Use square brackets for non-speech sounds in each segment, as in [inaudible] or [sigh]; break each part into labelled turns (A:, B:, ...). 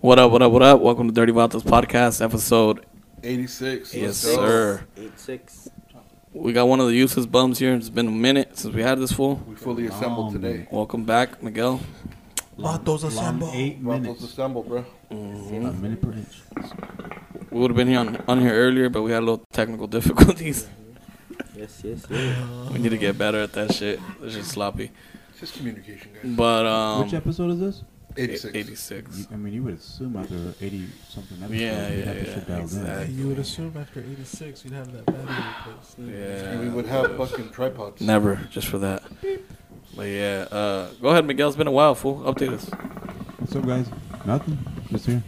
A: What up, what up, what up? Welcome to Dirty Vatos Podcast, episode.
B: 86.
A: Yes,
B: Let's go.
A: sir.
C: Eight six.
A: We got one of the useless bums here. It's been a minute since we had this fool.
B: We fully assembled today.
A: Welcome back, Miguel.
D: Vatos assemble.
E: Eight
B: Ruffles
E: minutes.
B: assembled, bro.
E: A minute per inch.
A: We would have been here on, on here earlier, but we had a little technical [laughs] difficulties.
C: Yes, yes, yes.
A: we need to get better at that shit. It's just sloppy.
B: It's just communication, guys.
A: But, um.
E: Which episode is this?
B: 86.
A: 86.
E: You- I mean, you would assume after 80 something episodes,
A: Yeah,
E: you'd
A: yeah,
E: have this
A: yeah,
E: shit dialed in.
A: exactly.
D: You would assume after 86 you'd have that battery replaced.
B: And we
A: Yeah.
B: would have fucking tripods.
A: Never, just for that. But yeah, uh, go ahead, Miguel. It's been a while, fool. Update us.
E: What's up, guys? Nothing. Just here.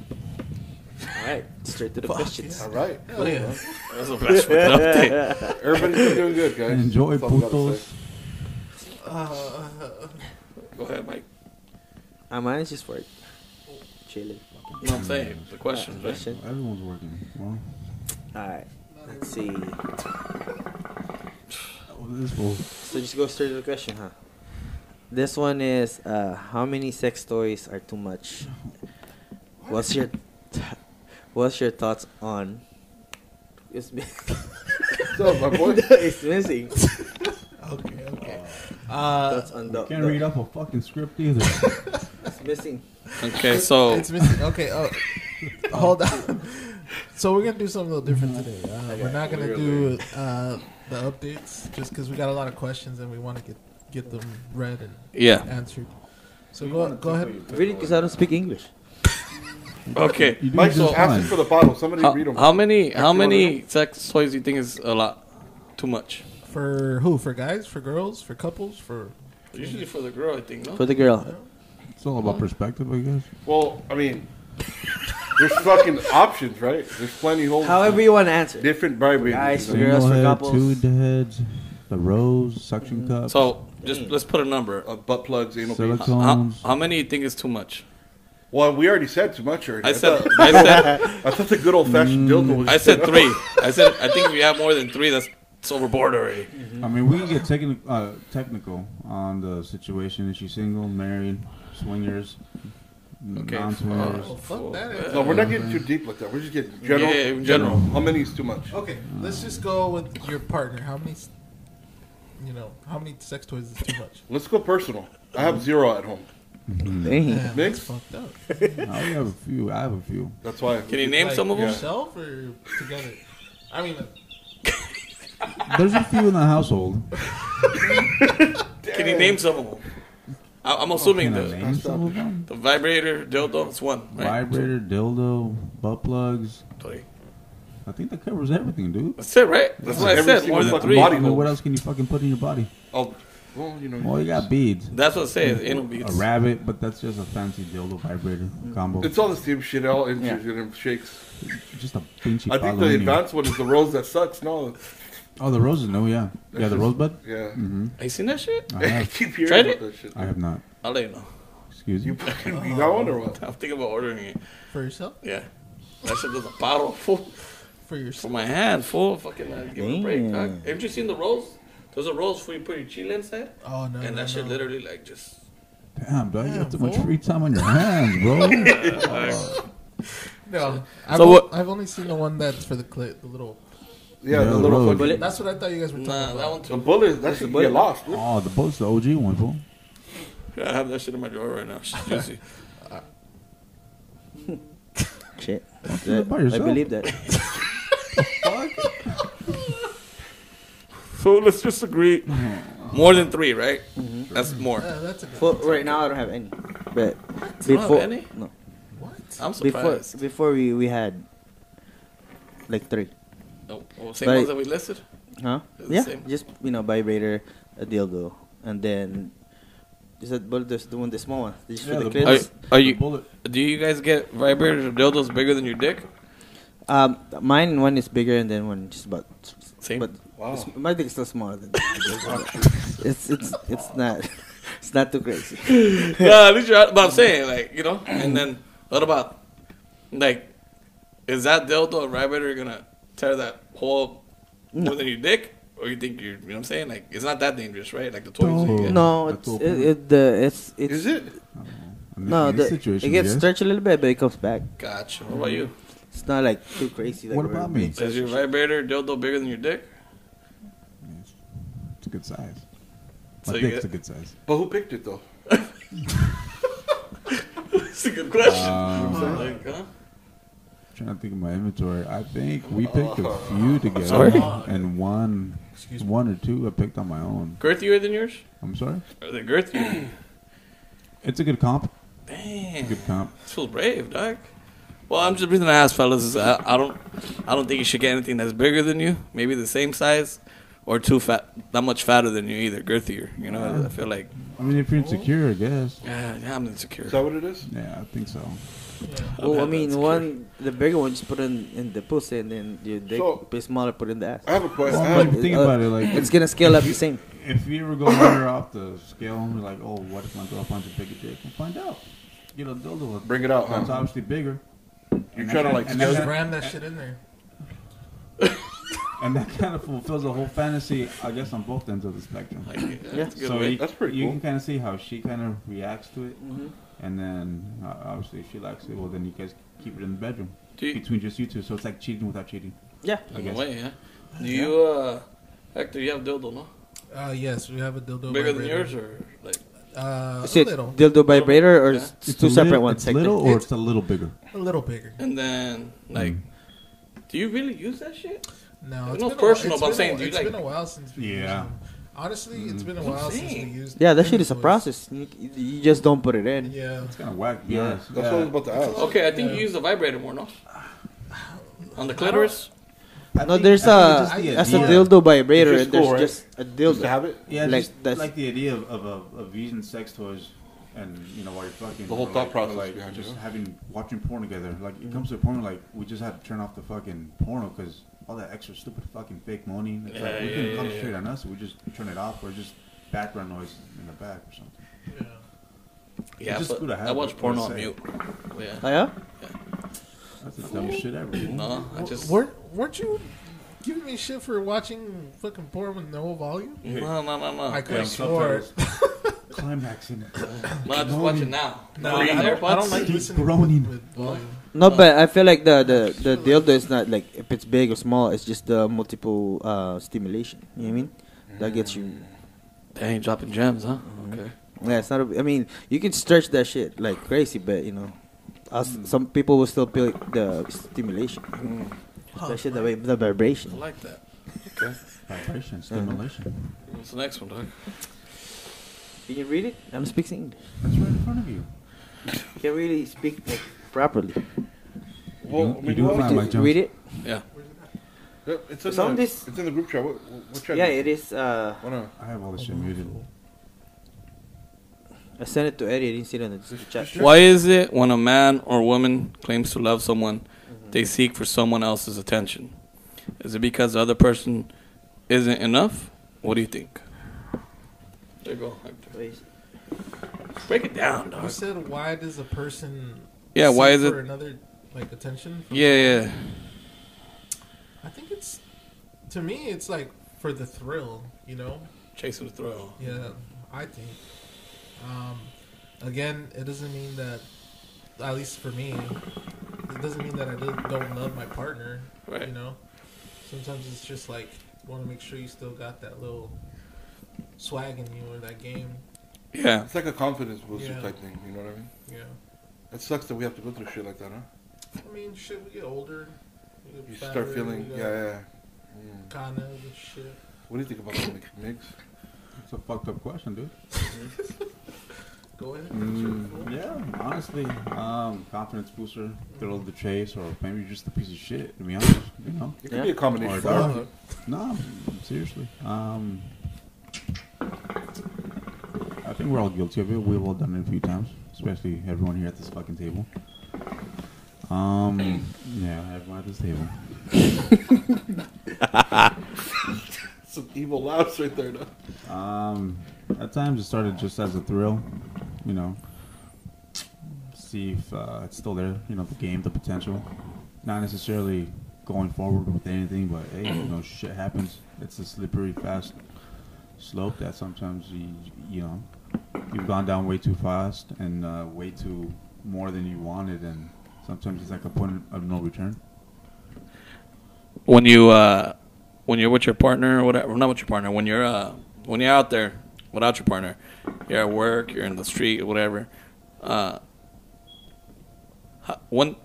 C: All right, straight to the questions.
B: All right.
D: Oh, yeah.
A: That's a fast fucking update.
B: [laughs] Everybody's been doing good, guys.
E: Enjoy
B: That's all we gotta
E: putos.
B: say.
D: Uh, [laughs]
A: Go ahead, Mike.
C: Ah, mine's just work. Chilling.
A: You know what I'm saying? The questions, right?
C: Question.
E: Everyone's working. Well,
C: All right. Let's see.
E: oh, this fool.
C: So just go straight to the question, huh? This one is uh, how many sex stories are too much? What's your What's your thoughts on? It's, mi-
B: What's up,
A: [laughs]
B: my boy?
C: [laughs] it's missing.
D: okay, okay. Uh,
C: Thoughts on the,
E: Can't
C: the-
E: read off a fucking script
A: [laughs]
E: either.
C: It's missing.
A: Okay, so.
D: it's missing. Okay, oh, hold on. So we're gonna do something a little different
A: Mm-hmm.
D: today. Uh, we're not gonna do uh, the updates just because we got a lot of questions and we want to get get them read and
A: Yeah.
D: answered. So go go ahead.
C: Really, because I don't speak English.
A: Okay.
E: You do
B: Mike's
E: just
B: asking for
E: fine.
B: the bottle. Somebody
A: How,
B: read them.
A: how many how
B: Actually,
A: many sex toys do you think is a lot? Too much.
D: For who? For guys? For girls? For couples? For
A: Usually for the girl, I think.
C: For the girl,
E: It's all about perspective, I guess.
B: Well, I mean, there's fucking options, right? There's plenty of whole
C: however you want to answer.
B: different bribery.
C: Guys,
B: Guys,
C: Girls for
E: Single head,
C: couples.
E: two heads, the rose, suction cups,
A: Mm-hmm. So just let's put a number.
B: uh, butt plugs, anal beads.
E: silicone.
A: How, how many you think is too much?
B: Well, we already said too much already.
A: I said
B: thought,
A: I said
B: I thought the good old fashioned dildo was.
A: I said three. I said I think if you have more than three, that's it's overboard already.
E: I mean, we can get techni- uh, technical on the situation. Is she single, married, swingers,
A: Okay. uh,
E: non-swingers?
D: oh, fuck that.
B: No, we're not getting too deep like that. We're just getting general.
A: Yeah, in general.
B: How many is too much?
D: Okay, let's just go with your partner. How many? s- You know, how many sex toys is too much?
B: Let's go personal. I have zero at home.
C: Dang.
B: Mix?
D: Damn, that's fucked up.
E: I have a few. I have a few.
B: That's why.
A: Can you name
D: Like,
A: some of them?
D: yourself or together? I mean,
E: There's a few in the household.
A: Can you name some of them? I, I'm assuming
E: Can I
A: the
E: name some of them?
A: the vibrator dildo. It's one. Right?
E: Vibrator, dildo, butt plugs.
A: Three.
E: I think that covers everything, dude.
A: That's it, right? That's what I
B: Every
A: said.
B: single
A: More than
B: fucking
A: three.
B: body
E: I mean, what
B: holes.
E: else can you fucking put in your body?
B: Oh, well, you know.
E: Well, you got beads.
A: That's what I said. Anal
E: A
A: beads.
E: rabbit, but that's just a fancy dildo vibrator combo.
B: It's all the same shit. All inches and shakes.
E: just a pinchy.
B: I think the advanced one is the rose that sucks. No,
E: Oh, the roses. No, yeah, yeah, the rosebud.
B: yeah.
A: Have you seen that shit?
E: Mm,
B: [laughs]
E: I
B: I
E: have.
B: keep
A: Tried
B: hearing
A: it?
B: about that shit.
E: I have not.
A: I'll let you know. [laughs]
E: Excuse
B: You
E: you.
B: fucking be gone or what?
A: I'm thinking about ordering it.
D: for yourself,
A: Yeah. That shit does a bottle [laughs] full
D: for oh,
A: for
D: yourself.
A: my hand full. Fucking uh, give it a break, dog.
D: Mm.
C: Damn.
A: Have you seen the rolls? There's a rolls where you put your chile inside,
D: Oh no!
A: and
D: no,
A: that shit
D: no.
A: literally like just.
E: Damn, dog, you got too
D: Damn,
E: much
D: fool.
E: free time on your hands, bro. [laughs]
D: No, I've,
A: So
D: o-
A: what-
D: I've only seen the one that's for the clit, the little.
B: Yeah,
E: Yeah,
B: the little
E: rose.
B: fucking.
D: That's what I thought you guys were talking
A: nah, that
D: about.
A: one
B: The
A: too.
B: bullet. That should get lost. dude.
E: oh, the boat's the OG one, fool.
A: I have that shit in my drawer right now. She's
D: [laughs]
A: juicy.
C: Shit.
E: it by
C: I
E: yourself.
C: believe that.
A: so let's just agree. More than three, right?
D: Mm-hmm.
A: That's more.
D: Yeah, Uh, that's a good.
C: For, right now, I don't have any. But
A: You don't have
C: before,
A: any?
C: no,
D: What?
A: I'm
C: before
A: surprised.
C: before we we had like three,
A: Oh, well, same
C: But-
A: ones that we listed.
C: huh?
A: It's the
C: Yeah,
A: same.
C: just you know, vibrator, a dildo, and then is that but there's the one the small one just
E: Yeah,
C: for the
E: the bullet.
A: Are,
C: kids.
A: are
E: The
A: you?
E: bullet.
A: Do you guys get vibrators or dildos bigger than your dick?
C: Um, mine one is bigger and then one just about.
A: Same. Oh.
C: But
B: Wow.
C: it's- my dick is still smaller
A: [laughs]
C: than. it's it's it's not [laughs] it's not too crazy.
A: [laughs] yeah, at least you're. But I'm saying, like, you know. And then what about, like, is that dildo and vibrator gonna tear that hole more than your dick, or you think you're? You know what I'm saying? Like, it's not that dangerous, right? Like the toys.
E: No.
A: you get.
C: No,
E: That's
C: it's
E: all
C: it, it, the it's it's
B: Is it?
E: I don't know. mean,
C: No,
E: in this
C: the,
E: situation,
C: it gets
E: yes.
C: stretched a little bit, but it comes back.
A: Gotcha. What about you?
C: It's not like too crazy. Like
E: What
C: where
E: about
C: it
E: me?
C: makes us-
A: Is your vibrator dildo bigger than your dick? [laughs]
E: Yes. It's a good size.
A: So
E: My
A: you
E: dick's
A: get-
E: a good size.
B: But who picked it though?
A: That's a good question.
E: Um,
A: Like, huh?
E: trying to think of my inventory. I think we picked a few together,
A: sorry?
E: and one,
D: Excuse me.
E: one or two I picked on my own.
A: Girthier than yours?
E: I'm sorry.
A: Are they girthier? [clears throat]
E: It's a good comp.
A: Damn.
E: Good comp.
A: This feels brave, dog. Well, I'm just the reason I asked, fellas, is I, I don't, I don't think you should get anything that's bigger than you. Maybe the same size, or too fat, not much fatter than you either, girthier. You know, I feel like,
E: I mean, if you're insecure, I guess.
A: yeah, yeah I'm insecure.
B: Is that what it is?
E: Yeah, I think so.
A: I've
C: Well, Oh, I
A: had that
C: mean,
A: insecurity.
C: one the bigger one just put in in the pussy, and then your dick
B: So-
C: bit smaller put in the ass.
B: I have a question.
E: Well,
B: I have
E: but- Think about it, like-
C: it's gonna scale up the same.
E: If you ever go under off the scale and you're like, oh, what if my girl finds a bigger dick? We'll find out. You know, dildo.
B: Bring it out,
E: That's
B: huh?
E: obviously bigger.
B: You're trying
E: And
B: to
E: that-
B: like
E: and
B: scale
E: that
D: Just
E: kind-
D: ram that shit in there.
E: and that kind of fulfills the whole fantasy, I guess, on both ends of the spectrum.
A: Like, yeah, that's a good
E: so
A: way.
E: you,
B: That's pretty
E: you
B: cool.
E: can kind of see how she kind of reacts to it,
B: Mm-hmm.
E: and then uh, obviously if she likes it. Well, then you guys keep it in the bedroom
A: Do you-
E: between just you two. So it's like cheating without cheating.
C: Yeah.
E: I
A: in a
E: guess.
A: way, yeah. Do you, uh, Hector, you have dildo, no?
D: Uh, yes, we have a dildo.
A: Bigger than
D: vibrator.
A: yours, or like?
D: Uh,
C: Is
D: a
C: it
D: little,
C: dildo vibrator or
A: Yeah.
C: it's
E: It's
C: two
E: a
C: separate
E: little,
C: ones?
E: It's
C: like
E: little
C: this?
E: or it's, a little bigger.
D: a little bigger.
A: And then,
E: Mm.
A: like, do you really use that shit?
D: No, it's
A: No
D: been
A: personal, but
D: A, while-
A: I'm
D: it's been,
A: saying,
D: a,
A: do you
D: it's
A: like- Mm.
D: been a while since. we used
E: Yeah.
D: them. Honestly, it's been a while since we
A: saying.
D: used.
C: Yeah, that shit is a
D: inventories.
C: process. You, you just don't put it in.
D: Yeah.
E: It's kind of whack.
B: Yeah,
E: Yeah,
B: that's what I was about to ask.
A: Okay, I think
D: Yeah.
A: you use the vibrator more, no? On the clitoris?
C: No, there's a that's a dildo vibrator.
B: It's just
C: and there's
B: cool, right?
C: just a
B: Just to
C: dildo.
B: have it.
E: Yeah,
C: Like,
E: just
C: that's-
E: like the idea of, of, of, of using sex toys and you know while you're fucking
B: The whole
E: or
B: thought
E: like, or
B: process
E: like
B: behind it,
E: just
B: huh?
E: having watching porn together. Like
C: Mm-hmm.
E: it comes to a point where, like we just had to turn off the fucking porno because all that extra stupid fucking fake moaning. It's like
A: Yeah,
E: we
A: yeah,
E: can
A: yeah,
E: concentrate
A: yeah.
E: on us. So we just turn it off or just background noise in the back or something.
D: Yeah.
A: Yeah,
E: just
A: but
E: good to have
A: I
E: it,
A: watch
E: what
A: porn
E: I
A: on
E: say.
A: mute. Yeah.
C: Oh, yeah?
E: That's the dumbest shit ever.
A: No, I just.
D: Weren't weren't you giving me shit for watching fucking porn with no volume?
A: No, no, no, no.
D: I could
E: Yeah,
D: have swore.
E: subtitles. climaxing.
A: No, I just
E: No,
A: watch
E: you-
A: it now.
D: No,
A: Put it in
D: I don't, I
A: AirPods.
D: don't like
E: Keep
D: listening
E: groaning.
D: with, with volume.
C: No, but I feel like the, the, the dildo is not like if it's big or small, it's just the multiple uh, stimulation. You know what I mean? That gets you.
A: They ain't dropping gems, huh? Okay.
C: Yeah, it's not. A, I mean, you can stretch that shit like crazy, but you know, us, some people will still feel the stimulation, especially the, vi- the
A: I
C: vibration.
A: like that.
C: [laughs]
E: Vibration, stimulation.
A: What's the next one, dog?
C: Can you read it? I'm speaking English.
E: That's right in front of you.
C: You can really speak like, properly.
E: You
B: Well,
E: do-
B: I mean,
E: you do
B: what-
E: it, Mike.
C: Did
E: Mike
C: you
E: Jones.
C: read it?
A: Yeah.
B: Yeah, It's in
C: It's
B: the-
C: on this-
B: It's in the group chat. What, what chat?
C: Yeah,
B: is
C: it is. Uh,
B: Oh, no.
E: I have all this shit muted.
C: I sent it to Eddie. I didn't see it in the chat.
A: Why is it when a man or woman claims to love someone, they seek for someone else's attention? Is it because the other person isn't enough? What do you think? There you go. Break it down,
D: You
A: dog.
D: said why does a person?
A: Yeah, why
D: seek
A: is it-
D: for another like attention?
A: Yeah, yeah.
D: I think it's to me it's like for the thrill, you know.
A: Chasing the thrill.
D: Yeah, I think. Um, again, it doesn't mean that, at least for me, it doesn't mean that I don't don't love my partner.
A: Right.
D: You know, sometimes it's just like want to make sure you still got that little swag in you or that game.
A: Yeah.
B: It's like a confidence booster
D: Yeah.
B: type thing. You know what I mean?
D: Yeah.
B: It sucks that we have to go through shit like that, huh?
D: I mean, shit, we get older. We get
B: You start
D: fatter,
B: feeling,
D: we
B: yeah,
D: got
B: yeah. yeah. Mm.
D: Kind of and shit.
B: What do you think about that mix? mix?
E: It's a fucked up question, dude.
D: Go ahead.
E: Mm, yeah, honestly, um, confidence booster, thrill of the chase, or maybe you're just a piece of shit. To be honest, you know.
B: It could
C: Yeah.
B: be a combination.
E: Or
B: of
E: dark.
B: both.
E: No, seriously. Um, I think we're all guilty of it. We've all done it a few times, especially everyone here at this fucking table. Um, yeah, everyone at this table.
B: Some evil laughs right there, though.
E: Um, at times it started just as a thrill, you know. See if uh, it's still there, you know, the game, the potential. Not necessarily going forward with anything, but hey, you know, shit happens. It's a slippery, fast slope that sometimes you, you know you've gone down way too fast and uh, way too more than you wanted, and sometimes it's like a point of no return.
A: when you uh when you're with your partner or whatever not with your partner when you're uh when you're out there without your partner you're at work you're in the street whatever uh how, when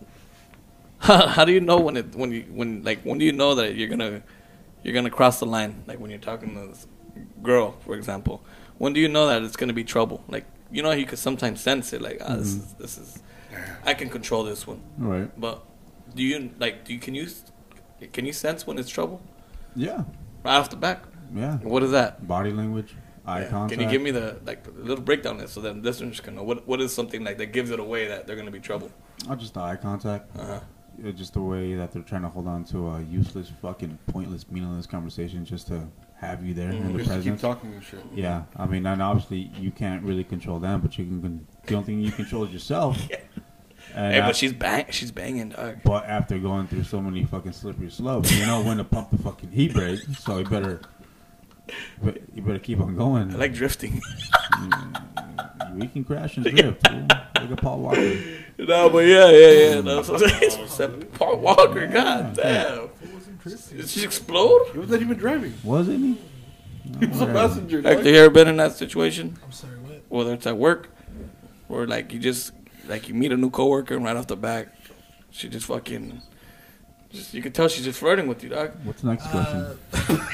A: [laughs] how, do you know when it when you when like when do you know that you're gonna you're gonna cross the line like when you're talking to this girl for example when do you know that it's gonna be trouble like you know you could sometimes sense it like ah, this is this is i can control this one
E: All right.
A: but do you like? Do you can you can you sense when it's trouble
E: Yeah.
A: right off the back?
E: Yeah.
A: What is that?
E: Body language, eye
A: Yeah.
E: contact.
A: Can you give me the like a little breakdown of this so then listeners can know what what is something like that gives it away that they're gonna be trouble?
E: Not just the eye contact.
A: Uh-huh.
E: Uh, Just the way that they're trying to hold on to a useless, fucking, pointless, meaningless conversation just to have you there
A: Mm-hmm.
E: in the
B: Just keep
E: presence.
B: talking and shit.
E: Yeah, I mean, and obviously you can't really control them, but you can. con- The only thing you control is
A: [laughs]
E: yourself. And
A: Hey,
E: af-
A: but she's bang she's banging dog.
E: but after going through so many fucking slippery slopes, you know when to pump the fucking heat brake. So you better, but you better keep on going. Mm,
A: I like drifting. [laughs]
E: we can crash and drift. fool. Look at Paul Walker.
A: no, but yeah, yeah, yeah.
E: Mm.
A: No, so, Paul Walker, god damn. Did she explode?
B: He was not even driving.
A: [laughs]
E: Wasn't he?
B: He was a
E: Whatever.
B: passenger.
A: Like,
B: dog.
A: you ever been in that situation?
D: I'm sorry, what?
A: whether it's at work or like you just like you meet a new coworker and right off the back, she just fucking just you can tell she's just flirting with you, dog.
E: What's the next question?
D: Uh,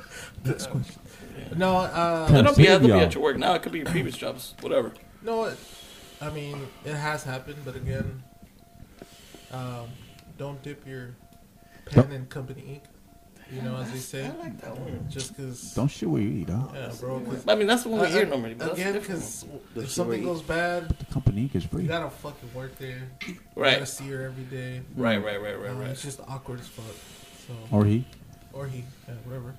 D: [laughs] next question. [laughs] No,
A: It
D: uh,
A: don't be, it
E: save
A: don't be
E: y'all.
A: at your work now. It could be your previous jobs, whatever.
D: no. it- I mean, it has happened, but again, um, don't dip your pen in company ink. You know, as they say,
A: like that one.
D: just because.
E: Don't shit where you eat, huh?
D: Yeah, bro. 'cause-
A: I mean, that's the one we
D: Uh,
A: hear normally. But
D: again,
A: that's a different
D: because
C: The
D: if something
C: shorty.
D: goes bad,
E: The company is
D: you
E: free.
D: gotta fucking work there. You
A: one. right,
D: gotta see her every day.
A: right, right, right,
D: Uh,
A: right, right.
D: It's just awkward as fuck. So
E: Or he.
D: or he, yeah, whatever.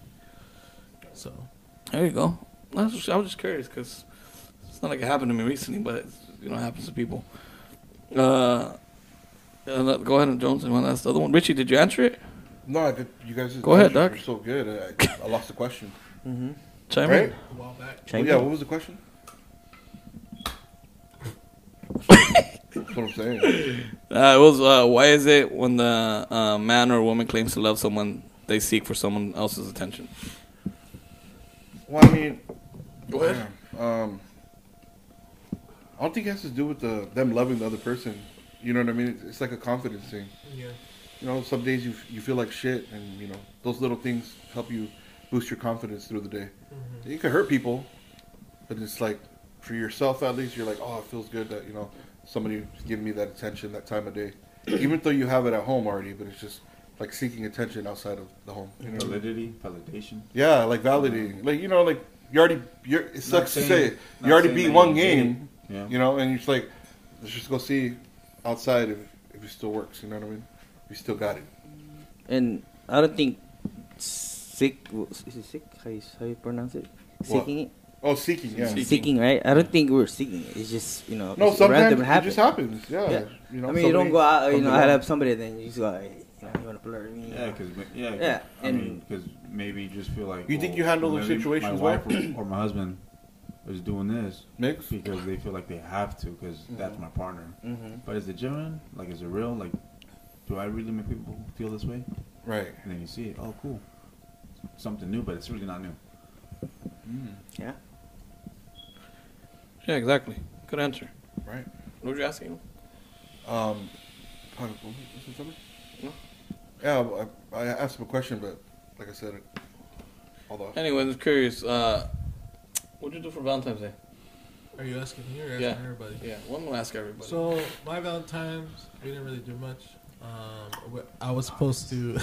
D: So
A: There you go. I was just, I was just curious because it's not like it happened to me recently, but it's, you know, it happens to people. Uh, uh, go ahead and Jones and one last other one. Richie, did you answer it?
B: No, I did, you guys.
A: Go ahead, Doc.
B: You're so good. I, I lost the
C: [laughs]
B: question.
C: Mm-hmm.
A: Chime in.
B: Right?
D: a while back.
B: Well, yeah. What was the
C: [laughs]
B: question? That's what I'm saying.
A: Uh, it was uh, why is it when the uh, man or woman claims to love someone, they seek for someone else's attention?
B: Well, I mean,
A: Go ahead.
B: damn, Um, I don't think it has to do with the them loving the other person. You know what I mean? It's, it's like a confidence thing.
D: Yeah.
B: You know, some days you f- you feel like shit, and you know those little things help you boost your confidence through the day.
D: mm-hmm.
B: You can hurt people, but it's like for yourself at least, you're like, oh, it feels good that you know somebody giving me that attention that time of day, even though you have it at home already. But it's just like seeking attention outside of the home. You know?
E: Validity, validation.
B: Yeah, like validating, like you know, like you already you're it sucks to
E: saying-
B: say it.
E: not
B: you already
E: saying
B: beat
E: that
B: one
E: you did
B: game,
E: it. Yeah.
B: you know, and you're just like, let's just go see outside if if it still works. You know what I mean? We still got it.
C: And I don't think sick is it sick? How you, how you pronounce it?
B: What?
C: Seeking it?
B: Oh, seeking, yeah.
A: Seek- Seeking.
C: Seeking. right? I don't think we're seeking it. It's just you know
B: No,
C: it's random
B: sometimes it
C: happen.
B: just happens. Yeah,
C: Yeah.
B: you know.
C: I mean, you
B: somebody
C: don't go out. You
B: comes
C: know, I
B: along.
C: have somebody, then you just go. Out, you know, you want to flirt with me?
E: Yeah, because yeah, 'cause-
C: Yeah,
E: I
C: and-
E: mean, because maybe you just feel like oh,
B: You think you handle those
E: maybe
B: situations
E: My
B: well?
E: wife or, or my husband is doing this
B: Mix?
E: because they feel like they have to because that's my partner.
C: Mm-hmm.
E: But is it genuine? Like, is it real? Like, do I really make people feel this way?
B: Right.
E: And then you see it. Oh, cool. Something new, but it's really not new.
C: Yeah.
A: Yeah, exactly. Good answer.
B: Right.
A: What were you asking?
B: Um, pardon, what was- was it something?
A: No.
B: Yeah, well, I, I asked him a question, but like I said, although
A: Anyway, I was curious. Uh, what'd you do for Valentine's Day?
D: Are you asking me or asking
A: Yeah.
D: everybody?
A: Yeah, one will ask everybody.
D: So my Valentine's, we didn't really do much. Um, we- I was supposed to.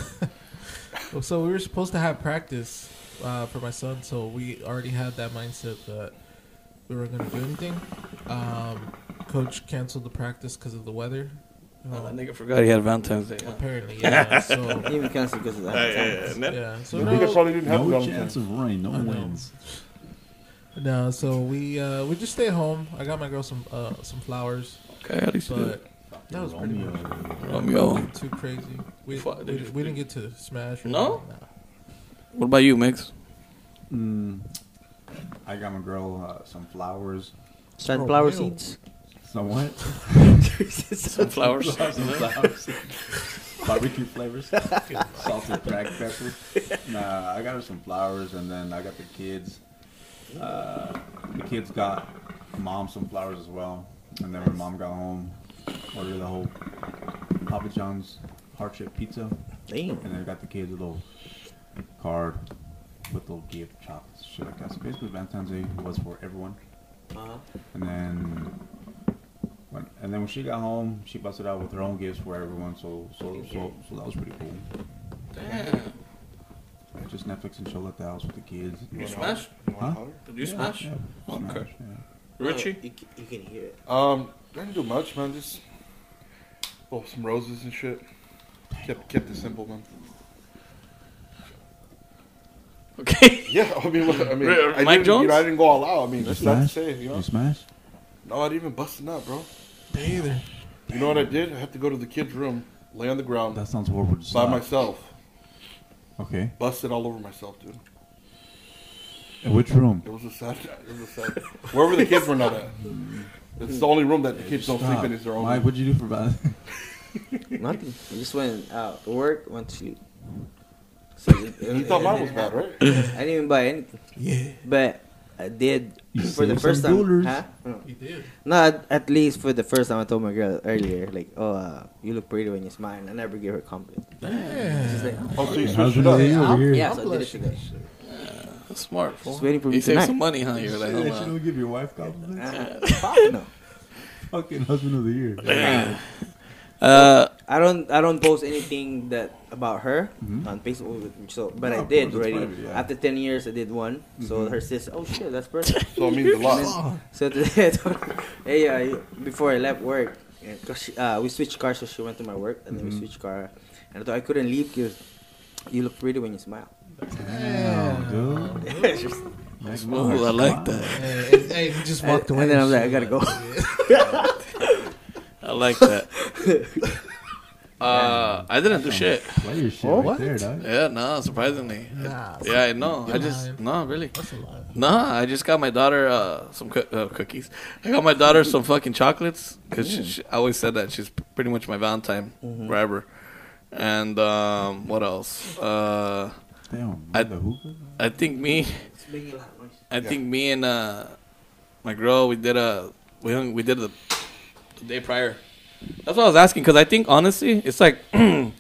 D: [laughs] so we were supposed to have practice uh, for my son. So we already had that mindset that we weren't going to do anything. Um, coach canceled the practice because of the weather.
A: oh, that
D: Um,
A: nigga forgot he had Valentine's Day. Huh?
D: apparently, yeah. So
C: Even cancel because of that.
D: yeah. So
B: I think I
D: no,
B: probably didn't have
E: No
B: Valentine's.
E: chance of rain. No
D: I know.
E: wins.
D: no. So we uh, we just stay home. I got my girl some uh, some flowers,
A: Okay, at least you Um,
D: but that was pretty much.
E: Romeo.
A: Romeo.
D: too crazy. We,
A: Fu-
D: we,
A: did you-
D: we didn't get to smash. or
A: No?
D: anything,
A: What about you, Mix?
E: Mm, I got my girl uh, some flowers.
C: Sunflower [laughs]
D: real?
C: seeds.
E: Some what?
A: Some flowers.
E: [laughs] some flowers. Barbecue flavors. Salted black pepper. Nah, I got her some flowers, and then I got the kids. Uh, the kids got mom some flowers as well, and then when mom got home, ordered the whole Papa John's heart shaped pizza,
C: Damn.
E: and then I got the kids a little card with little gift chocolates, shit like that. So basically, Valentine's Day was for everyone.
C: Uh-huh.
E: And then, when, and then when she got home, she busted out with her own gifts for everyone. So, so, so, so that was pretty cool.
A: Damn.
E: Yeah, Just Netflix and chill at the house with the kids.
A: You smash?
E: Huh?
A: Did you smash?
E: Yeah,
A: Okay.
E: smash, yeah.
A: Richie?
C: You, c- you can hear it.
B: Um, I didn't do much, man. Just oh, some roses and shit. Kept kept it simple, man. [laughs]
A: Okay. [laughs]
B: Yeah, I mean, what- I mean,
A: Re- uh,
B: I
A: Mike
B: didn't, you
A: Jones?
B: know, I didn't go all out. I mean,
E: Did
B: that's
E: you
B: not to
E: smash?
B: say, you
E: Did you
B: know.
E: smash?
B: No, I didn't even busting up, bro.
D: Me either.
B: You know what I did? I had to go to the kids' room, lay on the ground
E: That sounds horrible. Just
B: by
E: stop.
B: myself,
E: Okay.
B: busted all over myself, dude.
E: In which room?
B: It was a sad. It was a sad.
E: [laughs]
B: Wherever the kids were not at, it's the only room that the kids don't
E: Stop.
B: sleep in. Is their own.
E: Mike,
B: room.
E: what'd you do for Valentine's?
C: Nothing. I just went out to work, went to sleep. So it- it-
B: You thought
C: it
B: mine was
C: didn't
B: bad,
C: happen.
B: right? Oh,
C: I didn't even buy anything,
D: Yeah.
C: but I did
E: You
C: for the
E: saved
C: first
E: some
C: time.
E: dollars.
C: Huh? No.
D: You did.
C: No, at, at least for the first time, I told my girl earlier, like, "Oh, uh, you look pretty when you smile." And I never gave her a compliment. She's
D: Yeah.
C: like,
B: Oh, so you
E: How's
B: switched it
E: it
B: up.
E: over here?
D: I'm,
E: Yeah,
D: I'm
C: so I did it
D: blushing
C: today.
D: that shit.
A: That's smart. fool.
C: Just waiting for me
A: You saved
C: tonight.
A: some money, huh? [laughs] You're like,
E: Shit,
A: oh,
E: you
A: wow.
E: don't give your wife
A: [laughs]
E: compliments.
C: "Uh, no,
E: Fucking husband of the year.
A: Uh,
C: I don't. I don't post anything that about her
E: Mhm.
C: on Facebook. So, but
E: No,
C: I
E: of
C: did
E: course, it's
C: already.
E: private, yeah.
C: After ten years, I did one. So
E: Mm-hmm.
C: her sister, oh shit,
E: [laughs]
C: that's perfect.
B: So it means a lot.
D: Fuck.
C: So [laughs] today, I told her, hey, uh, before I left work, and 'cause she, uh, we switched cars, so she went to my work, and
E: Mm-hmm.
C: then we switched car. And I thought I couldn't leave because you look pretty when you smile.
A: [laughs]
E: Damn, dude.
C: It's just-
E: That's
A: ooh, oh, I like that.
D: Hey, and- hey, you just walked away.
C: and then I
D: and
C: was like, I
D: shit.
C: gotta go. [laughs]
A: I like
D: [laughs]
A: that. Uh, I didn't do shit.
E: Why your shit
D: Oh,
E: right
D: what?
E: there, dog?
A: Yeah, no, surprisingly.
D: Nah,
A: Yeah, I know. I
D: You're
A: just
D: lying.
A: no, really.
D: That's a lie.
A: Nah, I just got my daughter uh, some coo- uh, cookies. I got my daughter some fucking chocolates because she, she, I always said that she's p- pretty much my Valentine
D: Mm-hmm.
A: grabber. And um, what else? Uh,
E: Damn,
A: I-
E: the hookah?
A: I think me,
C: It's making a lot of noise.
A: I think me and uh, my girl, we did a we hung, we did the, the day prior. That's what I was asking because I think honestly, it's like [clears throat] I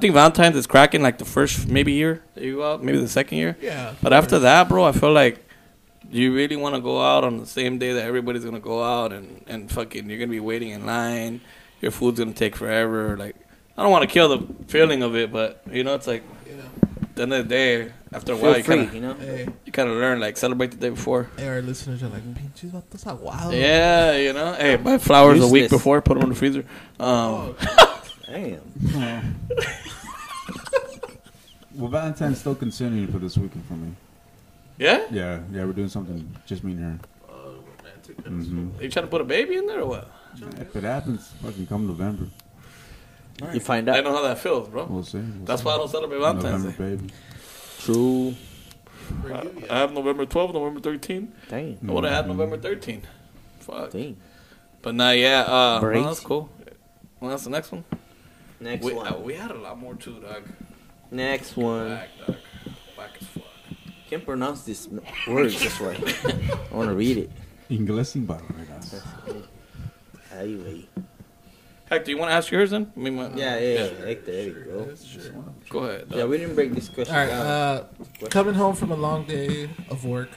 A: think Valentine's is cracking like the first maybe year that you go out, maybe the second year.
D: Yeah.
A: But after that, bro, I feel like you really want to go out on the same day that everybody's gonna go out and and fucking you're gonna be waiting in line. Your food's gonna take forever. Like I don't want to kill the feeling of it, but you know, it's like
D: Yeah.
A: at the end of the day, after a
C: Feel
A: while, you
C: free,
A: kind of
C: you know.
D: Hey,
A: you kind of learn like celebrate the day before.
D: hey, our listeners are like, pinches vatos aguados.
A: Yeah, you know. Hey, buy flowers a week
C: Useless.
A: before, put them in the freezer. Um,
C: Damn.
E: Well, Valentine's still continuing for this weekend for me.
A: yeah.
E: Yeah, yeah, we're doing something just me and her.
A: Oh,
E: hmm
A: Are you trying to put a baby in there or what?
E: If it happens, fucking come November.
C: You find
A: I
C: out.
A: know how that feels, bro.
E: We'll see. We'll
A: That's
E: see.
A: why I don't celebrate Valentine's
E: November,
A: Day.
E: baby.
C: True.
D: For you, yeah.
A: I have November 12th, November 13th.
C: Damn.
A: I would have had November 13th. Fuck.
C: Damn.
A: But nah, yeah. Uh, well,
C: Braids?
A: that's cool. Well, that's the next one.
C: Next
A: we,
C: one.
A: uh, we had a lot more too, dog.
C: Next one.
A: Black, dog. Black as fuck.
C: Can't pronounce this m- word this way. I want to read it.
E: Inglés sin barreras.
C: Anyway.
A: Hector, you want to ask yours then? I mean, my,
C: Yeah, yeah, yeah. Like, there we go.
A: Go ahead.
C: Yeah,
A: dog.
C: we didn't break this question
D: All right.
C: down.
D: Uh, coming home from a long day of work,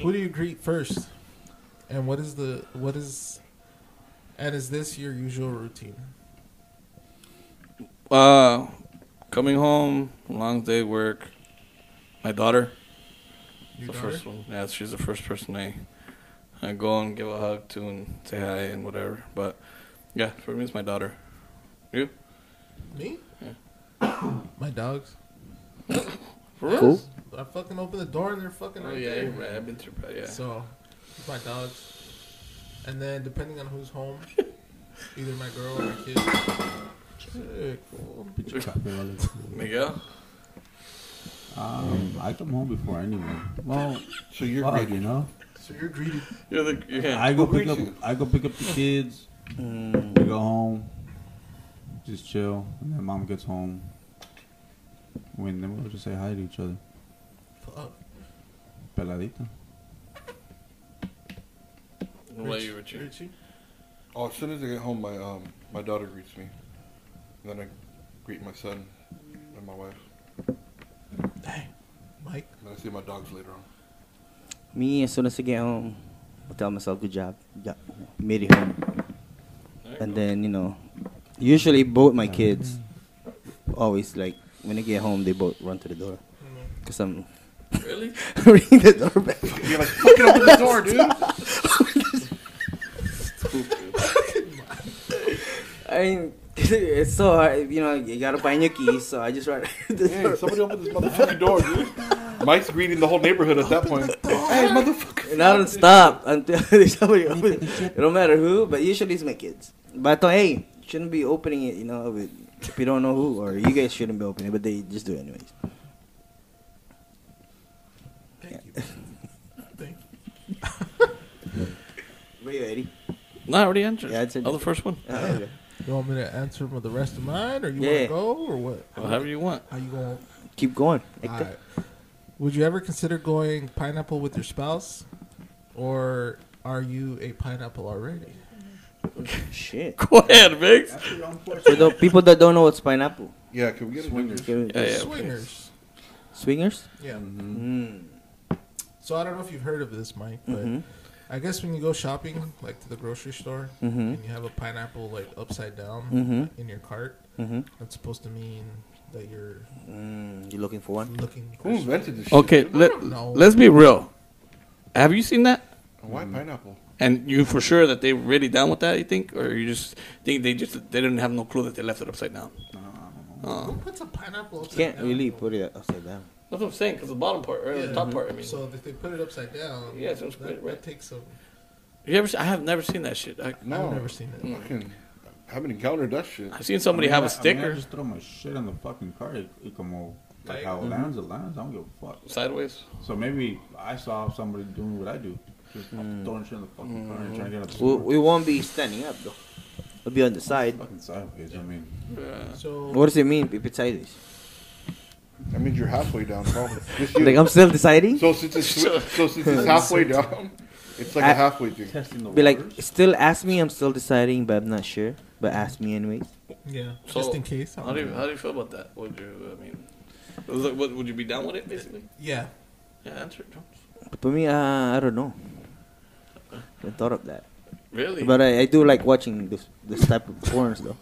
D: who do you greet first? And what is the what is, and is this your usual routine?
A: Uh, coming home, long day work. My daughter,
D: Your
A: the
D: daughter?
A: first one. Yeah, she's the first person I, I go and give a hug to and say hi and whatever. But yeah, for me, it's my daughter. You?
D: Me? My dogs.
A: For real?
C: Cool.
D: I fucking open the door and they're fucking
A: Oh
D: right
A: yeah,
D: there.
A: you're right. I've been through that. Yeah.
D: So, it's my dogs. And then depending on
A: [laughs]
D: who's home, either my girl or my kid. Shit, cool.
A: [laughs] Miguel.
E: Um, I come home before anyone. Well,
B: So you're
E: fuck,
B: greedy.
E: you know.
D: So you're greedy.
A: You're the, yeah.
E: I go
B: Who
E: pick up.
B: greets you?
E: I go pick up the kids.
C: Mm.
E: We go home, just chill, and then mom gets home. When then we'll just say hi to each other.
D: Fuck.
E: Peladita.
A: What about you, Richie?
B: Oh, as soon as I get home, my um, my daughter greets me. And then I greet my son and my wife.
D: Mike.
B: And then I see my dogs later on.
C: Me, as soon as I get home, I tell myself, good job. Yeah, made it home.
A: There you
C: And
A: go.
C: then, you know, usually both my kids always like, when they get home, they both run to the door. Because I'm
A: Mm-hmm. Really?
C: [laughs] ringing the doorbell.
B: [laughs] You're like, fucking open the door, dude!
C: I mean, [laughs] it's so hard. You know, you gotta find your keys, so I just run [laughs] to the
B: Hey,
C: door.
B: somebody open this motherfucking door, dude. Mike's greeting the whole neighborhood at that point. Hey, motherfucker.
C: And I don't stop until [laughs] there's somebody opens "Oh, it. don't matter who, but usually it's my kids. But I thought, hey, shouldn't be opening it, you know, with, if you don't know who, or you guys shouldn't be opening it, but they just do it anyways.
D: Thank
C: [laughs]
D: you. Thank you.
C: Where you, Eddie?
A: No, I already answered.
C: Yeah, I answered.
A: Oh, the first one.
C: Ah, okay.
D: You want me to answer with the rest of mine, or you
C: Yeah.
D: want to go, or what?
A: Well, however you want. [laughs]
D: How you going?
C: Keep going. Like
D: All
C: that.
D: right. Would you ever consider going pineapple with your spouse, or are you a pineapple already?
C: Shit.
A: Go ahead, Biggs.
C: For the people that don't know what's pineapple,
B: [laughs] Yeah, can we get a witness?
C: give it-
A: Yeah, yeah.
D: Swingers.
C: swingers?
D: Yeah.
C: Mm.
D: So I don't know if you've heard of this, Mike, but
C: hmm
D: I guess when you go shopping, like to the grocery store,
C: Mhm.
D: and you have a pineapple like upside down
C: Mhm.
D: in your cart,
C: hmm
D: that's supposed to mean that you're
C: Mm. You looking for one?
D: looking
B: Who
D: for
B: invented this shit?
A: Okay,
D: I
A: let,
D: don't know.
A: let's be real. Have you seen that?
B: Why pineapple?
A: And you for sure that they really down with that? You think, or you just think they just they didn't have no clue that they left it upside down?
D: Who
A: Uh,
D: puts a pineapple upside
C: Can't
D: down?
C: really put it upside down.
A: that's what I'm saying. Because the bottom part or the
D: Yeah. mhm.
A: top part. I mean,
D: So if they put it upside down,
A: Yeah, so it's
D: that,
A: put it
D: that
A: right-
D: takes some.
A: you ever? See, I have never seen that shit. I,
B: No.
D: I've never seen it.
B: Fucking, haven't encountered that shit.
A: I've seen somebody
E: I mean,
A: have
E: I-
A: a
E: I, mean, I
A: sticker
E: just throw my shit on the fucking car. It, it come all, like
D: Like-
E: how it lands, it lands. I don't give a fuck.
A: sideways.
E: So maybe I saw somebody doing what I do. Just throwing shit in the fucking car and trying to get out the
C: We,
E: store.
C: we won't be standing up though. We'll be on the side.
E: fucking sideways. I mean,
A: Uh,
D: So
C: What does it mean if it's sideways?
B: That means you're halfway down, probably. Just you.
C: Like I'm still deciding.
B: So since it's so since [laughs] it's halfway down, it's like
C: I-
B: a halfway [laughs] thing.
E: testing the
C: Be like,
E: waters.
C: still ask me. I'm still deciding, but I'm not sure. But ask me anyways.
D: yeah,
A: So,
D: just in case. I
A: how do you
D: don't
A: how
D: know.
A: do you feel about that? Would you? I mean, would, would- would you be down with it basically?
D: yeah,
A: Yeah, answer it. Jones.
C: But for me, uh, I don't know. I thought of that,
A: Really?
C: but I, I do like watching this this type of porns though.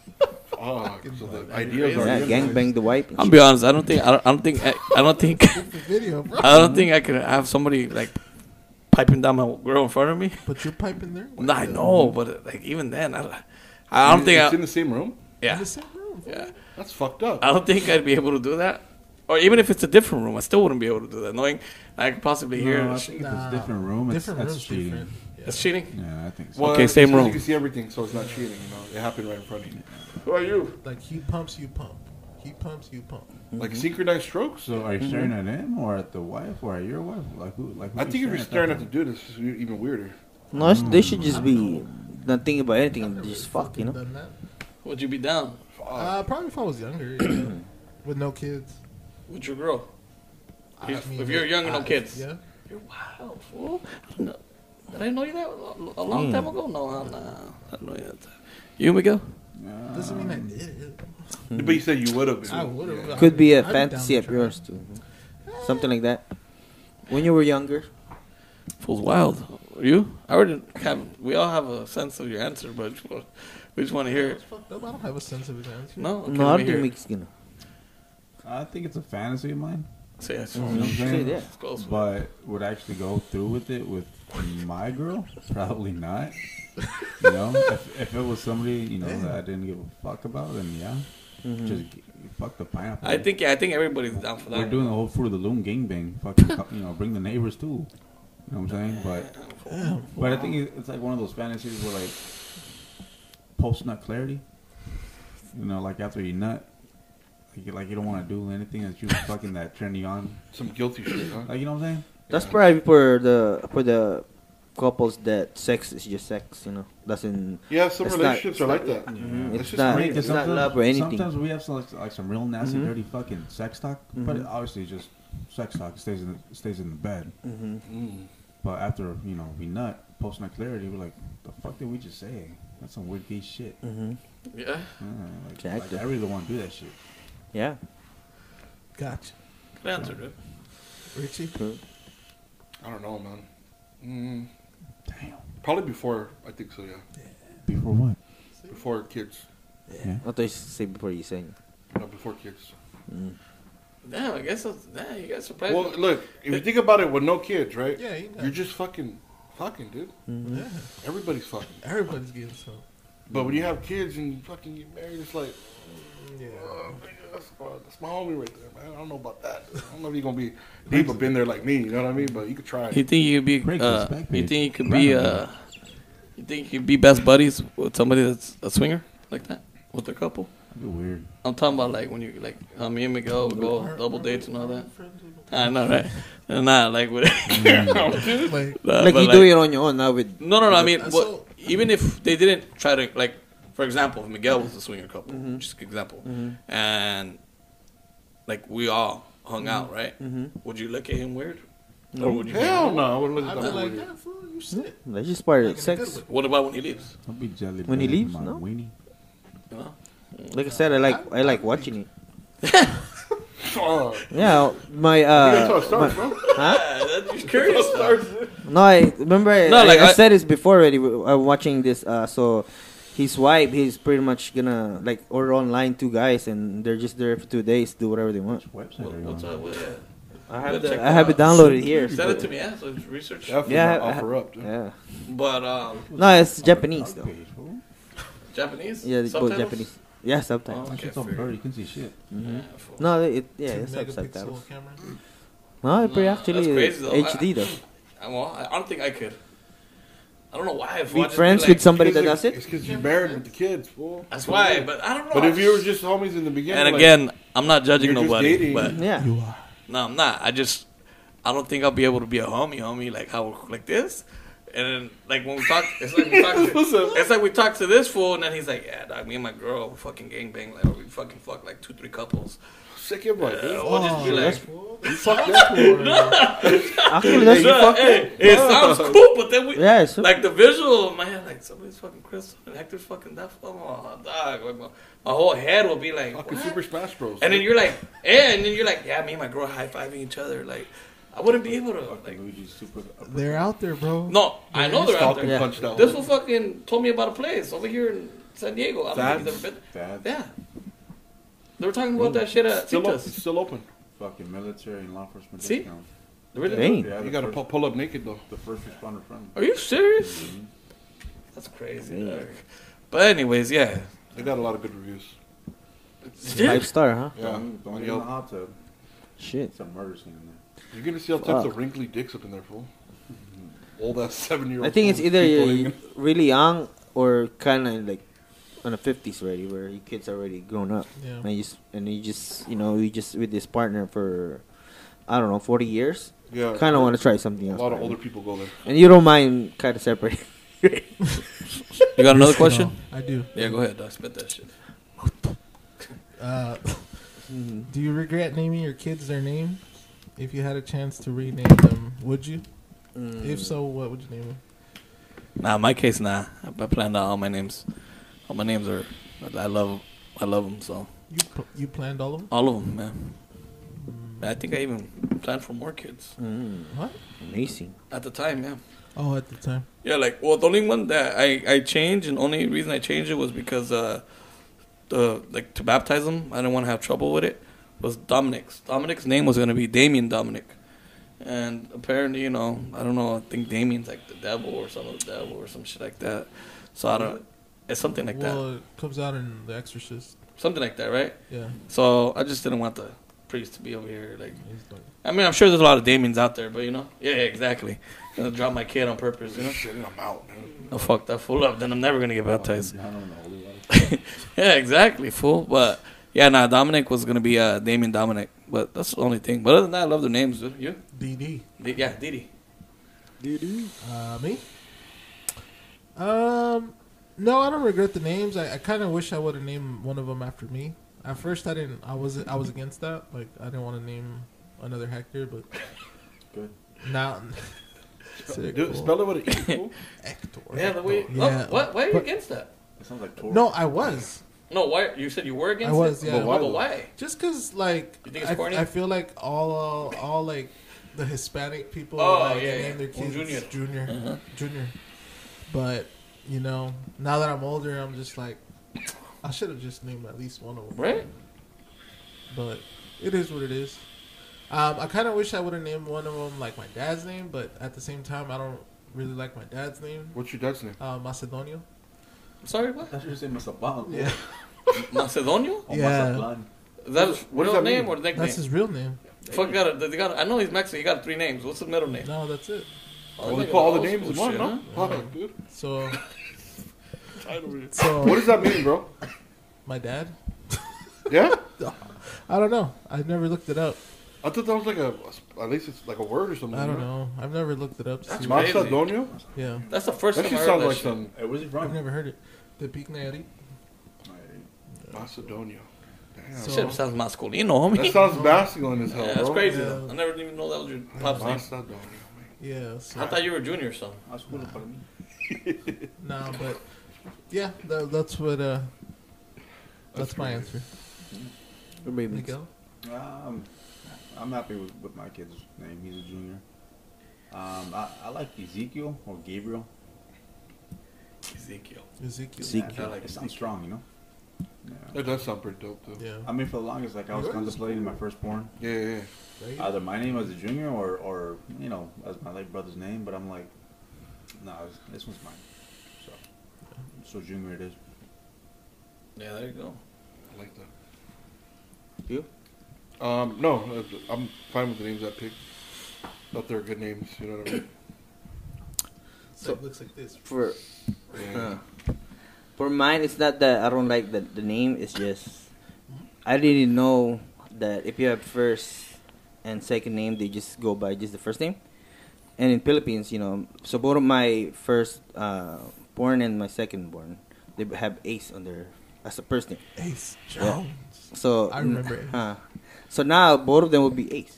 B: Oh, so the ideas
A: crazy.
B: are
C: Yeah,
B: in there.
C: gangbang the wife.
A: I'll be honest. I don't think. I don't, I don't think. I, I don't think. [laughs]
D: the video, bro.
A: I don't think I could have somebody like piping down my girl in front of me.
D: But you're piping there.
A: No, I know, but uh, like even then, I, don't- I don't
B: It's
A: think. I,
B: in the same room.
D: In
A: yeah,
D: the same room.
A: yeah.
B: That's fucked up.
A: I don't think I'd be able to do that. Or even if it's a different room, I still wouldn't be able to do that. Knowing I could possibly hear
E: No, I
A: sh-
E: think if it's
D: Nah.
E: different room, it's,
D: Different
E: that's
D: rooms,
E: cheating.
D: different. Yeah.
A: it's cheating.
E: Yeah, I think so.
A: okay,
B: it's
A: same
B: because
A: room.
B: You can see everything, so it's not cheating. You know, it happened right in front of you.
A: Who are you?
D: Like he pumps, you pump. He pumps, you pump.
B: Like synchronized strokes.
E: So are you staring at him or at the wife or at your wife? Like who? Like who
B: I
E: you
B: think if you're staring at the
E: that
B: dude, it's e-, even weirder.
C: No, it's- they should just be not thinking about anything and just fuck, you know.
D: Done that.
A: Would you be down
D: Uh, probably if I was younger, yeah.
C: [clears throat]
D: with no kids.
A: with your girl?
D: I
A: If-
D: mean,
A: if you're young and no
D: I-
A: kids.
D: Yeah.
A: You're wild, fool. No, did I know you that a long time ago? No, no, no. Hmm. I didn't know you that. Time. You, Miguel?
E: Yeah.
D: Doesn't mean I did it.
B: But you said you would have. been.
D: I would have.
C: Um, Could be a
D: I'd down
C: fantasy
D: to
C: of
D: try.
C: yours too, something like that. When you were younger,
A: Fool's wild. You? I already have. We all have a sense of your answer, but we just want to hear it.
D: It's fucked up. I don't have a sense of answer.
A: No, okay,
C: no, I
A: let me
C: don't
A: hear
C: think
A: it.
C: Mickey's gonna.
E: I think it's a fantasy of mine.
A: So, yeah, it's-
E: You know what I'm saying?
C: Yeah.
A: it's close.
E: But would I actually go through with it with my girl? Probably not.
A: [laughs]
E: You know, if, if it was somebody you know that I didn't give a fuck about, then yeah, just g- fuck the pineapple.
A: I think yeah, I think everybody's down for that.
E: we're doing the whole fruit of the loom gangbang.
A: [laughs]
E: Fucking, co- you know, bring the neighbors too. You know what I'm saying? But but I think it- it's like one of those fantasies where like post nut clarity. You know, like after you nut, Like, you- like you don't want to do anything that you fucking that turn you on.
B: Some guilty shit, huh?
E: Like you know what I'm saying?
C: That's probably for the for the couples that sex is just sex, you know. Doesn't
B: Yeah, some
C: It's not-
B: relationships are like
C: it's
B: that.
E: Mhm.
B: It's
C: Mm-hmm. It's
B: just
C: not-
B: random.
C: it's not-
E: sometimes-
C: love or anything.
E: Sometimes we have some like, like some real nasty,
C: Mhm.
E: dirty fucking sex talk, but
C: Mhm.
E: it obviously just sex talk. It stays in the, stays in the bed.
C: hmm
B: Mm.
E: But after you know we nut, post nut clarity, we're like, the fuck did we just say? That's some weird gay shit.
C: hmm
A: Yeah.
E: Uh, like,
C: Exactly.
E: like, I really don't want to do that shit.
C: Yeah.
D: Gotcha.
A: Good answer, dude.
D: Richie?
B: I don't know, man. Mm.
E: Damn.
B: Probably before, I think so, yeah.
E: Before what?
B: Before kids.
E: Yeah.
C: I thought you say before you sang.
B: No, before kids.
C: Mm.
A: Damn, I guess that's, damn, you guys surprised
B: Well,
A: me.
B: look, if you think about it with no kids, right?
D: Yeah, you know.
B: You're just fucking fucking, dude.
C: Mm-hmm.
D: yeah.
B: Everybody's fucking.
D: Everybody's getting some.
B: But when you have kids and you fucking get married, it's like,
D: Yeah.
B: oh, nigga, that's, my- that's my homie right there, man. I don't know about that. I don't know if you're gonna be deep up in there like me. You know what I mean? But you could try.
A: You
B: it.
A: think you could be?
E: Break
A: Uh,
E: this back,
A: you
E: babe.
A: think you could be?
E: Right.
A: Uh, you think you could be best buddies with somebody that's a swinger like that with their couple?
E: That'd be weird.
A: I'm talking about like when you like uh, me and Miguel would go on double dates and all that. I know, right? [laughs] Nah, like with. [laughs]
D: Like,
A: Nah, Uh,
C: like
A: but,
C: you do it on your own now with
A: No, no, no. I mean,
D: Uh,
A: what,
D: so-
A: even if they didn't try to, like, for example, if Miguel was a swinger couple,
C: Mm-hmm.
A: just example, and like we all hung
C: Mm-hmm.
A: out, right? Would you look at him weird, or would you?
B: Hell no, I wouldn't look
D: I'd
B: at
D: be
B: that.
D: like,
B: movie.
D: yeah, fool, you sick.
C: Mm-hmm. that's just part of
D: Like in a good
C: sex.
D: way.
A: What about when he
C: [laughs]
A: leaves?
E: Don't be jelly.
C: When he
E: belly,
C: leaves,
E: my
C: no?
E: weenie.
A: You know?
C: Like I said, I like I like watching it. Uh,
B: Fuck.
C: Yeah, my
B: That's how
C: uh,
B: it starts, bro. [laughs]
A: Ah, that's just curious. [laughs] stuff.
C: no, I remember I,
A: No,
C: I-
A: like,
C: I,
A: I-
C: said this before already. w- uh, watching this, uh, so his wife, he's pretty much gonna like order online two guys, and they're just there for two days, do whatever they want.
E: Which website
A: What-
E: are you
A: What's
E: on?
A: up with that?
C: I
A: have
C: have,
A: the-
C: the,
A: check
C: I have
A: that
C: it
A: out.
C: downloaded here.
A: Send it
C: but-
A: to me, yeah. So it's research.
B: Definitely
C: Yeah,
B: not
C: I-
B: offer up, dude.
C: Yeah,
A: But um,
C: no, it's Japanese though.
E: Page, fool.
A: Japanese.
C: Yeah, it's both
A: Subtitles?
C: Japanese. Yeah, subtitles.
A: Oh.
E: That
A: Okay,
E: shit's all
A: fair.
E: blurry. You can see shit.
A: Yeah,
C: hmm
A: fool.
C: No, it yeah,
D: Two
C: it's sub-
D: megapixel
C: subtitles.
D: camera.
C: No, it pretty
A: Nah,
C: actually
A: that's crazy, though.
C: HD though.
A: I, well, I I don't think I could. I don't know why. I've
C: Be
A: watched it,
C: friends
A: like-
C: with somebody that
B: It's 'cause
C: does
B: you-
C: it.
B: It's because you're married with the kids, fool.
A: That's why, but I don't know.
B: But if you were
A: just
B: just homies in the beginning,
A: And
B: like,
A: again, I'm not judging
B: you're just
A: nobody,
B: dating.
A: but
B: [laughs]
C: Yeah.
E: are.
A: no, I'm not. I just I don't think I'll be able to be a homie, homie, like how like this. And then like when we talk, it's like
C: [laughs]
A: we talk.
B: What's up?
A: To, it's like we talk to this fool, and then he's like, "Yeah, dog, me and my girl, we fucking gangbang, like we fucking fuck like two, three couples."
B: sick your
A: Uh,
B: boy, dude.
A: we'll just be
D: Oh,
A: like,
D: fool.
B: You
A: [laughs]
B: fucked that fool.
C: Actually, that's
A: "Yeah, hey, it sounds cool, but then we
C: yeah, it's
A: like the visual in my head, like somebody's fucking Crystal and Hector's fucking that Oh, dog, like my, my whole head will be like,
B: Fucking
A: "What?"
B: Super Smash Bros.
A: And then you're like, eh, and then you're like, yeah, me and my girl high fiving each other. Like, I wouldn't be able to. Like,
E: Luigi's super. uh,
D: They're out there, bro.
A: no, I know they're out
B: Falcon
A: there.
B: punched out.
A: This one fucking told me about a place over here in San Diego. I don't think he's ever been.
E: That's
A: Yeah, they were talking about that shit at
B: still open.
A: Citas.
B: Still open.
E: fucking military and law enforcement.
A: See?
E: discount.
A: Really?
C: Dang.
E: Yeah,
B: You
E: the
B: gotta
E: first-
B: pull, pull up naked though.
E: The first responder friendly.
A: Are you serious? That's crazy.
C: Yeah.
A: dog. But anyways, yeah.
B: They got a lot of good reviews.
C: five star, huh?
B: Yeah,
E: Don't, don't
B: on
E: get in the
B: Yelp.
E: hot tub.
C: Shit.
E: It's a murder scene in there.
B: You're gonna see all types
C: Fuck.
B: of wrinkly dicks up in there, fool. All that seven-year-old.
C: I think it's
B: fool
C: either
B: people
C: you're
B: hanging.
C: really young or kind of like on the fifties already, where your kids already grown up,
D: Yeah.
C: and you s- and you just you know you just with this partner for I don't know forty years.
B: yeah,
C: Kind of want to try something
B: A
C: else,
B: lot of
C: probably.
B: older people go there.
C: and you don't mind kind of [laughs] separating.
A: You got another
D: No, I do.
A: Yeah, go ahead. Dog. Spit that shit.
D: Uh,
C: Mhm.
D: do you regret naming your kids their name? If you had a chance to rename them, would you?
A: Mm.
C: Mm-hmm.
D: If so, what would you name them?
A: Nah, in my case, nah. I I planned out all my names. All my names are. I love. I love them so.
D: You pl- you planned all of them?
A: All of them, man. I think I even planned for more kids
C: Mm.
D: What?
C: Amazing.
A: at the time, yeah.
D: Oh, at the time.
A: Yeah, like well, the only one that I I changed, and only reason I changed it was because uh, the like to baptize them, I didn't want to have trouble with it. Was Dominic's Dominic's name was gonna be Damien Dominic, and apparently, you know, I don't know. I think Damien's like the devil or son of the devil or some shit like that. So I don't. It's something like that.
D: well, it comes out in The Exorcist.
A: Something like that, right?
D: Yeah.
A: So I just didn't want the priest to be over here like
D: He's like,
A: I mean, I'm sure there's a lot of Damien's out there, but you know, yeah, yeah, exactly. Gonna drop my kid on purpose, you know.
B: Shit, I'm out. Man.
A: I'll [laughs] fuck that fool up, then I'm never gonna get baptized.
E: I don't know.
A: yeah, exactly, fool. But Yeah, nah, Dominic was gonna be uh, Damien Dominic, but that's the only thing. But other than that, I love their names. Dude. You?
D: DD.
A: D- yeah, Didi.
D: Uh, me? Um, no, I don't regret the names. I, I kind of wish I would have named one of them after me. At first, I didn't. I was I was against that. Like, I didn't want to name another Hector, but
B: [laughs] Good. [laughs]
D: now Sick,
B: Do,
D: cool.
B: spell it with an E.
C: [laughs]
B: fool.
D: Hector.
A: Yeah, the way.
D: Yeah.
A: Oh, what? Why are you
D: But-
A: against that?
B: It sounds like Tor.
D: No, I was
A: No, why? You said you were against.
D: I was,
A: It?
D: yeah.
A: But
D: But
A: why?
B: why,
A: But
B: though?
A: why?
D: just because like
A: You think it's
D: I,
A: corny?
D: I feel like all all, all like the Hispanic people
A: Oh,
D: like,
A: yeah,
D: they
A: yeah.
D: name their
A: Un
D: kids
A: junior.
D: junior junior, But you know, now that I'm older, I'm just like I should have just named at least one of them.
A: Right?
D: but it is what it is. Um, I kind of wish I would have named one of them like my dad's name, but at the same time, I don't really like my dad's name,
B: What's your dad's name?
D: uh, Macedonio.
A: Sorry,
B: [laughs]
A: what?
E: That's what you say, Mazapán.
D: Yeah,
A: Macedonio?
E: Oh,
D: Yeah.
E: Mazatlán.
A: That's
B: What
A: real
B: does that
A: name
B: mean?
A: or nickname?
D: that's his real name.
A: Fuck, got a, they got. A, I know he's Mexican. He got three names. What's his middle name?
D: No, that's it.
B: Oh, they
A: look at
B: put all the
A: those
B: names in
A: bullshit,
B: one, no?
D: huh?
B: Fuck, dude.
D: So,
A: huh?
B: What
D: so
B: does that mean, bro?
D: my dad.
B: Yeah?
D: I don't know. I've never looked it up.
B: I thought that was like a, at least it's like a word or something.
D: I don't
B: you
D: know. I've never looked it up. to
A: That's
D: see-
A: my- Crazy.
B: Macedonio?
D: yeah,
A: That's the first
B: That
A: time I
B: should
A: heard
B: sound
A: that
B: like
A: shit.
B: some
E: Hey, where's he
D: I've
E: from?
D: never heard it. The Peak Nayarit.
B: Macedonia.
C: [laughs]
B: Damn.
D: So-
A: Shit sounds masculino, homie.
B: that sounds masculine as hell,
A: Yeah,
B: bro.
A: that's crazy.
D: Yeah.
A: Though. I never even know that was your pop's name.
B: Macedonia.
D: Yeah. So,
A: I thought you were junior or something.
D: nah, but yeah, tha that's what. Uh, that's my answer. Miguel.
E: Um, I'm happy with, with my kid's name. He's a junior. Um, I, I like Ezekiel or Gabriel.
A: Ezekiel.
D: Ezekiel.
E: I like it sounds strong, you know. Yeah.
B: That does sound pretty dope, though.
D: Yeah.
E: I mean, for the longest, like I was
D: Yours is
E: contemplating my firstborn,
B: Yeah, yeah. yeah.
D: Right?
C: uh,
E: either my name as a junior or, or you know, as my late brother's name. But I'm like, no, nah, this, this one's mine. So, so junior it is.
A: Yeah, there you go.
B: I like that.
C: You?
B: Um, no, uh, I'm fine with the names I picked. Thought they were good names, you know what I mean?
C: [coughs]
D: So it looks like this.
C: For
B: Yeah.
C: for mine, it's not that I don't like the, the name. It's just I didn't know that if you have first and second name, they just go by just the first name. And in Philippines, you know, so both of my first uh, born and my second born, they have Ace on their as a first name.
D: Ace
C: Yeah.
D: Jones.
C: So
D: I remember it.
C: Huh. So now both of them will be Ace.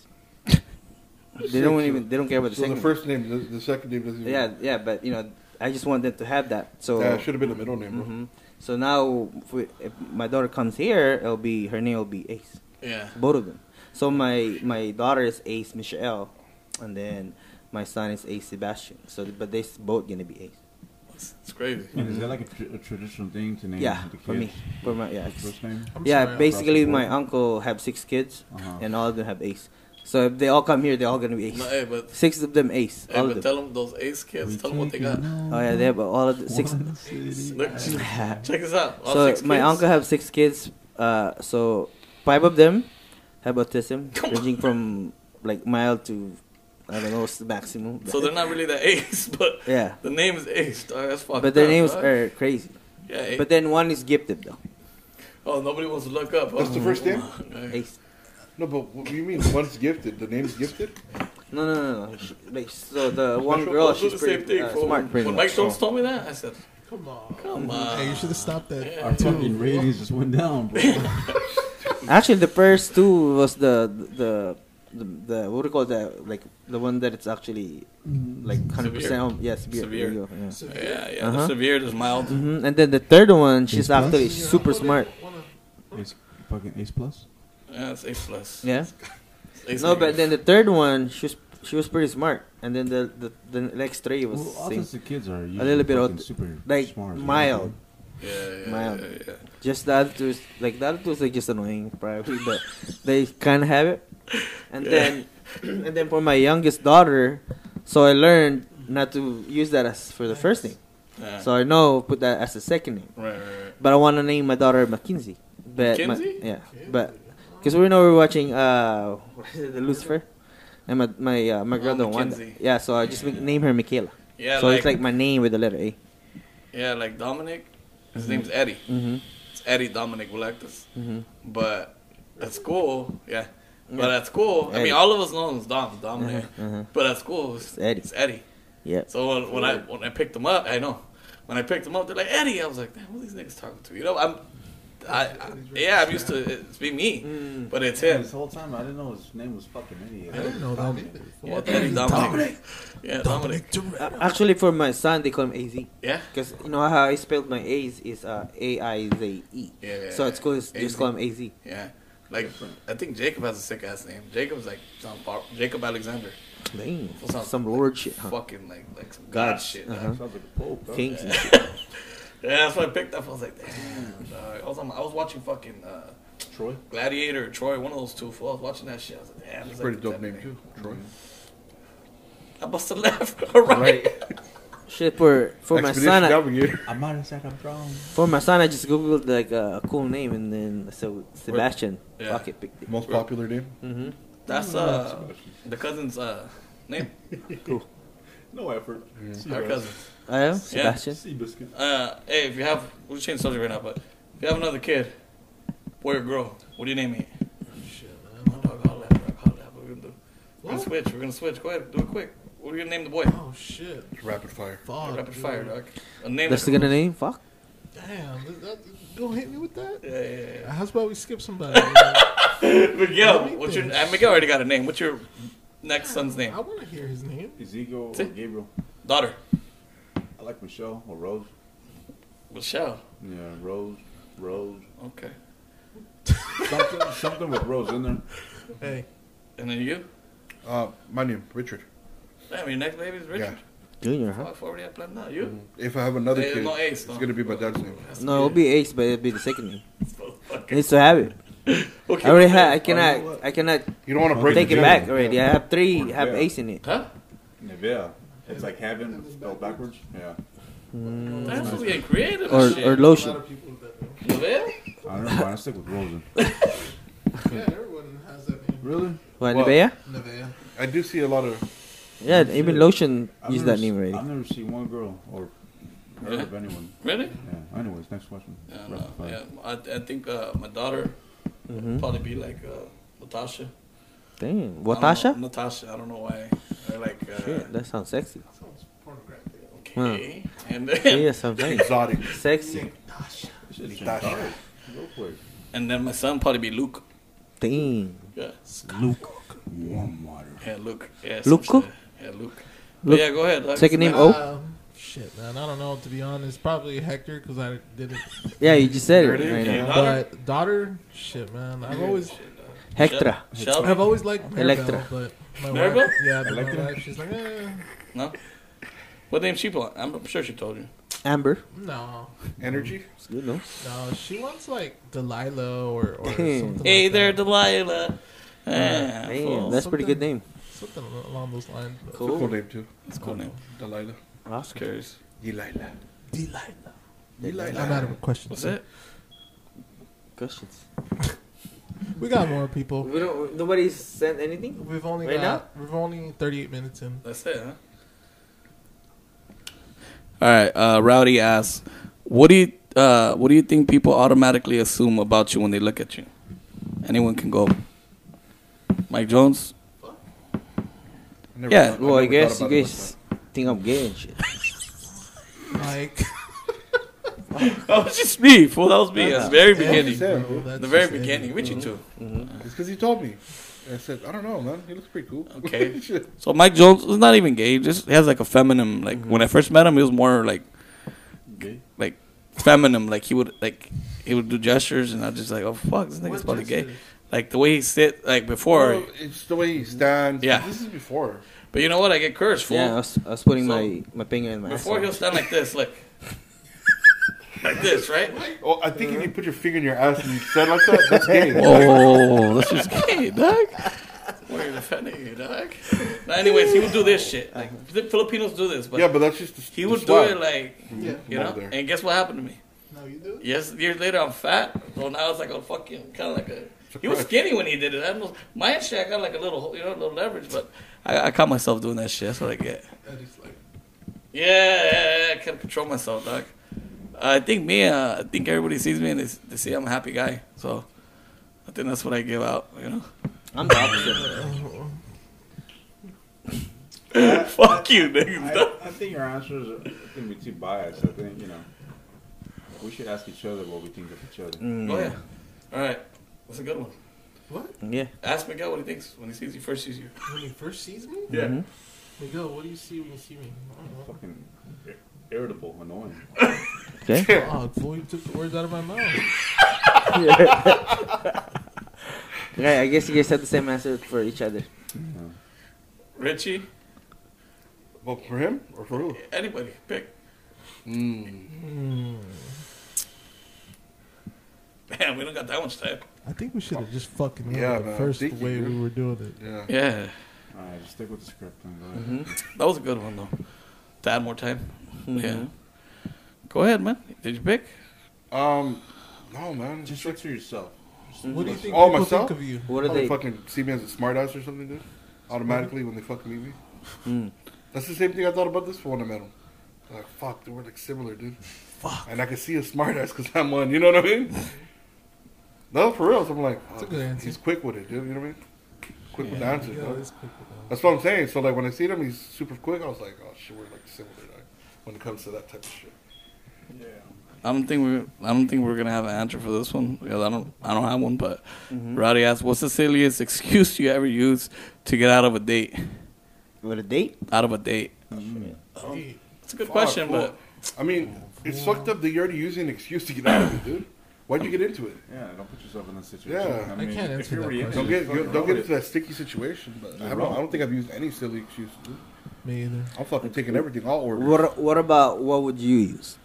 C: they don't even they don't care about the
B: So
C: second.
B: the first name, the, the second name doesn't
C: name.
B: even.
C: yeah, yeah, but you know, I just want them to have that. So
B: yeah, it should have been the middle name, bro.
C: hmm So now, if, we, if my daughter comes here, it'll be her name will be Ace,
A: Yeah.
C: both of them. So my my daughter is Ace Michelle, and then my son is Ace Sebastian. So but they s- both gonna be Ace.
A: It's, it's crazy.
E: And is that like a, tr- a traditional thing to name
C: Yeah,
E: the kids?
C: for me, for my yeah,
E: the first name.
A: Oh,
D: Mm-hmm. I'm
C: yeah.
D: sorry, I'm
C: Basically,
E: across
C: my
E: the board.
C: uncle have six kids,
E: Uh-huh.
C: and all of them have Ace. So if they all come here, they're all gonna be Ace.
A: No, hey, but,
C: Six of them Ace.
A: hey,
C: all of
A: but
C: them.
A: tell them those ace kids. Tell them what they got.
C: Oh yeah, they have all of the six.
A: Look, check this out. All
C: so
A: six
C: my
A: kids.
C: uncle have six kids. Uh, so five of them have autism, ranging from like mild to I don't know s- maximum.
A: So they're not really the ace, [laughs] but
C: yeah,
A: the name is ace. Dog. That's fucked
C: but their
A: up, Eh.
C: names
A: dog.
C: are crazy.
A: Yeah, ace.
C: But then one is gifted though.
A: oh, nobody wants to look up. Oh,
B: That's
A: huh?
B: the first name?
A: Okay.
C: Ace.
B: No, but what do you mean? One's gifted. The name's gifted?
C: No, no, no, no. She- Like so,
A: [laughs]
C: the one
B: Special-
C: girl
A: Let's do
C: she's
A: the same
C: pretty
A: thing.
C: uh,
A: fool.
C: smart, pretty
A: when
C: much.
A: Mike Jones told me that, I said,
D: Come on.
A: "Come on."
D: Hey, you should have stopped that.
A: Uh, Yeah.
E: Our fucking ratings just went down,
A: [laughs]
E: bro.
C: Actually, the first two was the the. The, the what do you call that like the one that it's actually like 100 percent yeah severe,
A: Severe.
C: There you go,
A: Yeah,
C: yeah.
A: yeah.
C: Uh-huh.
A: There's severe. There's mild.
C: hmm and then the third one she's
E: Ace plus?
C: actually super smart
E: Ace, fucking ace plus.
A: Yeah, it's ace plus.
C: yeah
A: Ace
C: No, but
A: negative.
C: then the third one, she was she was pretty smart, and then the the, the next three was
E: Well,
C: same.
E: autistic kids are usually
C: little bit
E: fucking
C: aut-
E: super
C: like
E: smart, right?
C: mild.
A: yeah, yeah,
C: Mild.
A: yeah, yeah.
C: Just the other two, like the other two, like just annoying probably, but [laughs] they kind of have it. And
A: Yeah.
C: then [clears throat] and then for my youngest daughter, so I learned not to use that as for the first name.
A: Yeah.
C: So I know put that as the second name.
A: right, right, right.
C: But I want to name my daughter Mackenzie. But my-
A: Mackenzie?
C: yeah, but because we know we're watching uh what is it, the Lucifer, and my my uh, my
A: Oh,
C: girl don't want
A: Mackenzie.
C: that. Yeah, so I just make, name her Michaela.
A: Yeah,
C: so
A: like,
C: it's like my name with the letter A.
A: yeah, like Dominic. His name's Eddie.
C: Mm-hmm.
A: It's it's Eddie Dominic Velasquez.
C: hmm
A: But that's cool. Yeah. But that's cool. I
C: Eddie.
A: mean, all of us know it's Dom, Dominic.
C: uh-huh.
A: But that's cool. It's,
C: It's Eddie.
A: It's Eddie.
C: Yeah.
A: So when, when I when I picked them up, I know when I picked them up, they're like Eddie. I was like, damn, who these niggas talking to? You know, I'm, I, I yeah, I'm used to it's be me,
C: Mm.
A: but it's him.
E: This whole time I didn't know his name was fucking idiot.
D: I didn't know that.
A: Yeah, Eddie Dominic. Yeah, Dominic.
C: A- Uh, Actually, for my son, they call him Az.
A: Yeah.
C: Because you know how I spelled my A's is uh, A I Z E.
A: Yeah, yeah,
C: So it's cool. It's
A: AZ.
C: just call him Az.
A: Yeah. Like I think Jacob has a sick ass name. Jacob's like some bar- Jacob Alexander.
C: Dang.
A: Sounds
C: Some
A: like
C: lord shit, huh?
A: Fucking like like some god
C: God.
A: shit.
C: Uh-huh.
A: dog.
E: Sounds like a pope. huh?
A: [laughs]
C: Kings. and shit.
A: Yeah, that's what I picked up. I was like, damn. dog. I was on, I was watching fucking uh,
E: Troy.
A: Gladiator, or Troy, one of those two. Fool. I was watching that shit. I was like, damn,
B: It's
A: that's
B: a pretty dope name too,
C: Mm-hmm.
B: Troy.
A: I must have left. [laughs] All right.
C: Shit for for my
B: Expedition
C: son. I, [laughs]
B: W.
E: I'm out of sack. I'm strong.
C: for my son, I just googled like uh, a cool name and then so Sebastian.
A: Yeah.
C: Fuck it, picked it.
B: Most popular name.
C: Mm-hmm.
A: That's uh the cousin's uh name.
E: No effort.
A: Our cousin.
C: I am Sebastian.
E: Sea biscuit.
A: Uh, hey, if you have, we'll change the subject right now. But if you have another kid, boy or girl, what do you name it?
D: Shit,
A: Oh,
D: man.
A: dog, holla at me, dog, holla at me. We're gonna do- we're gonna
D: What?
A: switch. We're gonna switch. Go ahead, do it quick. What are you gonna name the boy?
D: Oh shit!
B: Rapid fire.
D: Fuck.
A: Rapid
D: Oh, dude.
A: fire, dog. A name.
C: That's the
A: that-
C: gonna name. Fuck.
D: Damn, is that- don't hit me with that.
A: [laughs] Yeah, yeah,
D: How's about we skip somebody? [laughs] I
A: yeah. Miguel,
D: Let me
A: what's your?
D: think.
A: Uh, Miguel already got a name. What's your next son's name?
D: want to hear his name.
E: Ezekiel
A: See?
E: or Gabriel.
A: Daughter.
E: I like Michelle or Rose.
A: Michelle.
E: Yeah, Rose. Rose.
A: Okay.
E: Something, something with Rose in there.
D: Hey,
A: And then you?
B: Uh, my name Richard.
A: Damn, your next baby is Richard.
C: Junior, huh?
A: Fuck, I already had planned out. You?
D: Mm-hmm.
B: If I have another
A: Eh,
B: kid,
A: no, Ace,
B: it's
A: no.
B: gonna be my dad's name.
A: That's
C: No, it'll
A: good.
C: be Ace, but it'll be the second name. [laughs]
A: Motherfucker.
C: Needs to have it.
A: Okay.
C: I already had. I
E: know
C: cannot.
E: what?
C: I cannot
B: You don't want to break
C: take
B: the
C: it
B: family.
C: back already. I have three. Have
E: Yeah.
C: Ace in it.
A: Huh?
E: Nevea. It's like heaven spelled backwards. Yeah.
A: That's just getting creative.
C: Or
A: and shit.
C: or
D: a lot
C: lotion.
D: of people that name.
A: You there?
E: I don't know. I stick with Rose.
D: Yeah, everyone has that name.
E: Really?
C: What,
B: Well,
C: Nevea?
D: Nevea.
B: I do see a lot of
C: Yeah, even lotion
E: I've
C: used
E: never
C: that name
E: se-
C: already.
E: I've never seen one girl or heard
A: Yeah.
E: of anyone.
A: Really?
E: Yeah. Anyways, next question.
A: Yeah,
E: Rapid
A: no,
E: fire.
A: yeah. I, I think uh, my daughter
C: Mhm.
A: would probably be like uh, Natasha.
C: Damn.
A: I don't
C: Watasha?
A: know- Natasha. I don't know why. I like. Uh,
C: Shit, that sounds sexy.
D: Sounds pornographic.
A: Okay. And
C: Yeah,
A: then,
C: yeah, sounds
B: [laughs]
C: nice.
B: exotic.
C: Sexy.
E: This shit's
B: Natasha.
E: dark. Real quick.
A: and then my son probably be Luke.
C: Damn.
A: Yeah.
E: Luke. Warm
A: [laughs]
E: water.
A: Yeah, Luke. Yeah. some
C: Luke?
A: shit. Yeah, Luke. But
C: Luke.
A: yeah, go ahead. Like,
C: Second name,
A: uh,
C: O?
D: Um, shit, man. I don't know. To be honest, probably Hector because I didn't.
C: Yeah, you just said it
B: There it
C: right
B: is.
C: now.
A: Yeah. Daughter?
D: But daughter, shit, man. I've always,
C: Hectra.
A: Shelby.
D: I've always liked Maribel,
C: Electra.
D: but my
A: Maribel?
D: wife, yeah, but my
E: Electra?
D: wife, she's like, eh,
A: No. What name she want? I'm sure she told you.
C: Amber.
D: no,
B: Energy.
C: It's good, no?
D: no. She wants like Delilah or
C: [laughs]
D: or
C: Damn.
D: something.
A: Hey
D: like
A: there,
D: that.
A: Delilah. Yeah,
C: Damn,
A: fool.
C: that's pretty good name.
D: something along those lines. but-
B: It's a cool name too.
A: that's a cool name.
B: Delilah.
A: Who cares?
B: Delilah.
D: Delilah. I'm out
B: Delilah.
D: of a question.
A: What's it?
C: Questions.
D: We got more people.
C: We don't, nobody sent anything?
D: We've only
C: Right
D: got we've only 38 minutes
A: [laughs]
D: in.
A: That's it, huh? All right, uh, Rowdy asks, "What do you uh, what do you think people automatically assume about you when they look at you?" Anyone can go. Mike Jones.
B: I never
A: Yeah,
B: thought-
C: Well, I
B: never thought
C: guess you
B: about it like
C: guys think I'm gay and shit.
D: Like
A: [laughs] That was just me. Fool, that was me at the very beginning.
B: Yeah, the
D: bro, [laughs] that's
A: The very
D: just it.
A: beginning. With you two.
B: that. It's because he told me. I said, I don't know, man. [laughs] He looks pretty cool.
A: Okay.
B: Shit.
A: So Mike Jones is not even gay. He just has like a feminine. Like when I first met him, he was more like
E: Gay.
A: like feminine. Like he would like he would do gestures, and I was just like, oh fuck, this nigga's
D: What
A: probably gay.
D: gestures?
A: Like the way he sit, like before.
B: Well, it's the way he stands.
A: Yeah.
B: This is before.
A: But you know what? I get cursed. Fool.
C: Yeah, I was, I was putting
A: So,
C: my, my finger in my
A: Before
C: asshole.
A: he'll stand like this, like [laughs] like this, right?
B: Oh, I think if you put your finger in your ass and you stand like that, that's [laughs] gay.
A: Oh, that's [laughs] just gay, dog. Where the fat nigga, dog? Now, anyways, he would do this shit. Like the Filipinos do this, but,
B: yeah, but that's just. The,
A: he
B: the
A: would do
B: swag.
A: it like
D: Yeah.
A: you know.
B: Over there.
A: And guess what happened to me?
D: No, you do.
A: Yes, years later I'm fat. So now it's like a fucking kind of like a. He was
B: Surprise.
A: skinny when he did it. I know my shit. I got like a little, you know, a little leverage, but I, I caught myself doing that shit. That's what I get.
D: That is like
A: Yeah, yeah, yeah, I can't control myself, dog. I think me, uh, I think everybody sees me and they, s- they see I'm a happy guy. So I think that's what I give out, you know?
C: I'm the
A: [laughs]
C: opposite.
A: Fuck you, nigga.
E: I, I think your answers are going to be too biased. I think, you know, we should ask each other what we think of each other.
C: Mm,
A: Go ahead. All right. That's a good one.
C: yeah.
A: Ask Miguel what he thinks when he sees you first sees you.
D: When he first sees me,
A: Yeah.
C: [laughs] Mhm.
D: Miguel, what do you see when you see me?
E: Fucking ir- irritable, annoying.
C: Okay.
D: Oh, fool, you took the words out of my mouth.
C: okay. I guess you guys have the same answer for each other.
A: Richie,
B: Well, for him or for who?
A: anybody, pick.
B: Mm.
A: Man, we don't got that much time.
D: I think we should have just fucking went
B: Yeah,
D: with the
B: man,
D: first
B: thank you,
D: way
B: dude.
D: we were doing it.
B: Yeah.
A: Yeah.
E: All right, just stick with the script. And go ahead.
C: Mm-hmm.
A: That was a good one, though. Mm-hmm. To add more time. Yeah. Go ahead, man. Did you pick?
B: Um, no, man. Just
E: Just stick to yourself.
D: What do you think
B: Oh,
D: people
B: myself?
D: think of you?
C: What
B: what
C: are they?
B: fucking see me as a smartass or something, dude. Automatically when they fucking meet me.
C: Mm.
B: That's the same thing I thought about this one I met him. Like, fuck, dude, we're like similar, dude. Fuck. And I can see a smartass because I'm one. You know what I
D: [laughs]
B: mean? no, for real. So I'm like,
D: That's a
B: oh,
D: good answer.
B: he's quick with it, dude. You know what I mean? Quick with the answers.
D: Miguel
B: dog.
D: is quick with that.
B: That's what I'm saying. So like when I see him, he's super quick. I was like, oh shit, we're like similar dog, when it comes to that type of shit.
E: Yeah.
A: I don't think we I don't think we're gonna have an answer for this one because I don't I don't have one. But Roddy asked, "What's the silliest excuse you ever used to get out of a date?
C: What a date?
A: Out of a date?
B: Um,
D: Hey,
A: It's a good
B: Fuck,
A: question,
B: well, I mean, it's fucked up that you're already using an excuse to get out of it, dude. Why'd you get into it?
E: Yeah, don't put yourself in that situation.
B: Yeah.
D: I can't
E: if
D: answer
E: you're
D: that
E: reacting,
D: question.
B: Don't get
E: fucking
B: don't get
E: roll
B: into that sticky situation. But I don't, I don't think I've used any silly excuse. Dude.
D: me either.
B: I'm fucking taking everything all order.
C: What What about what would you use?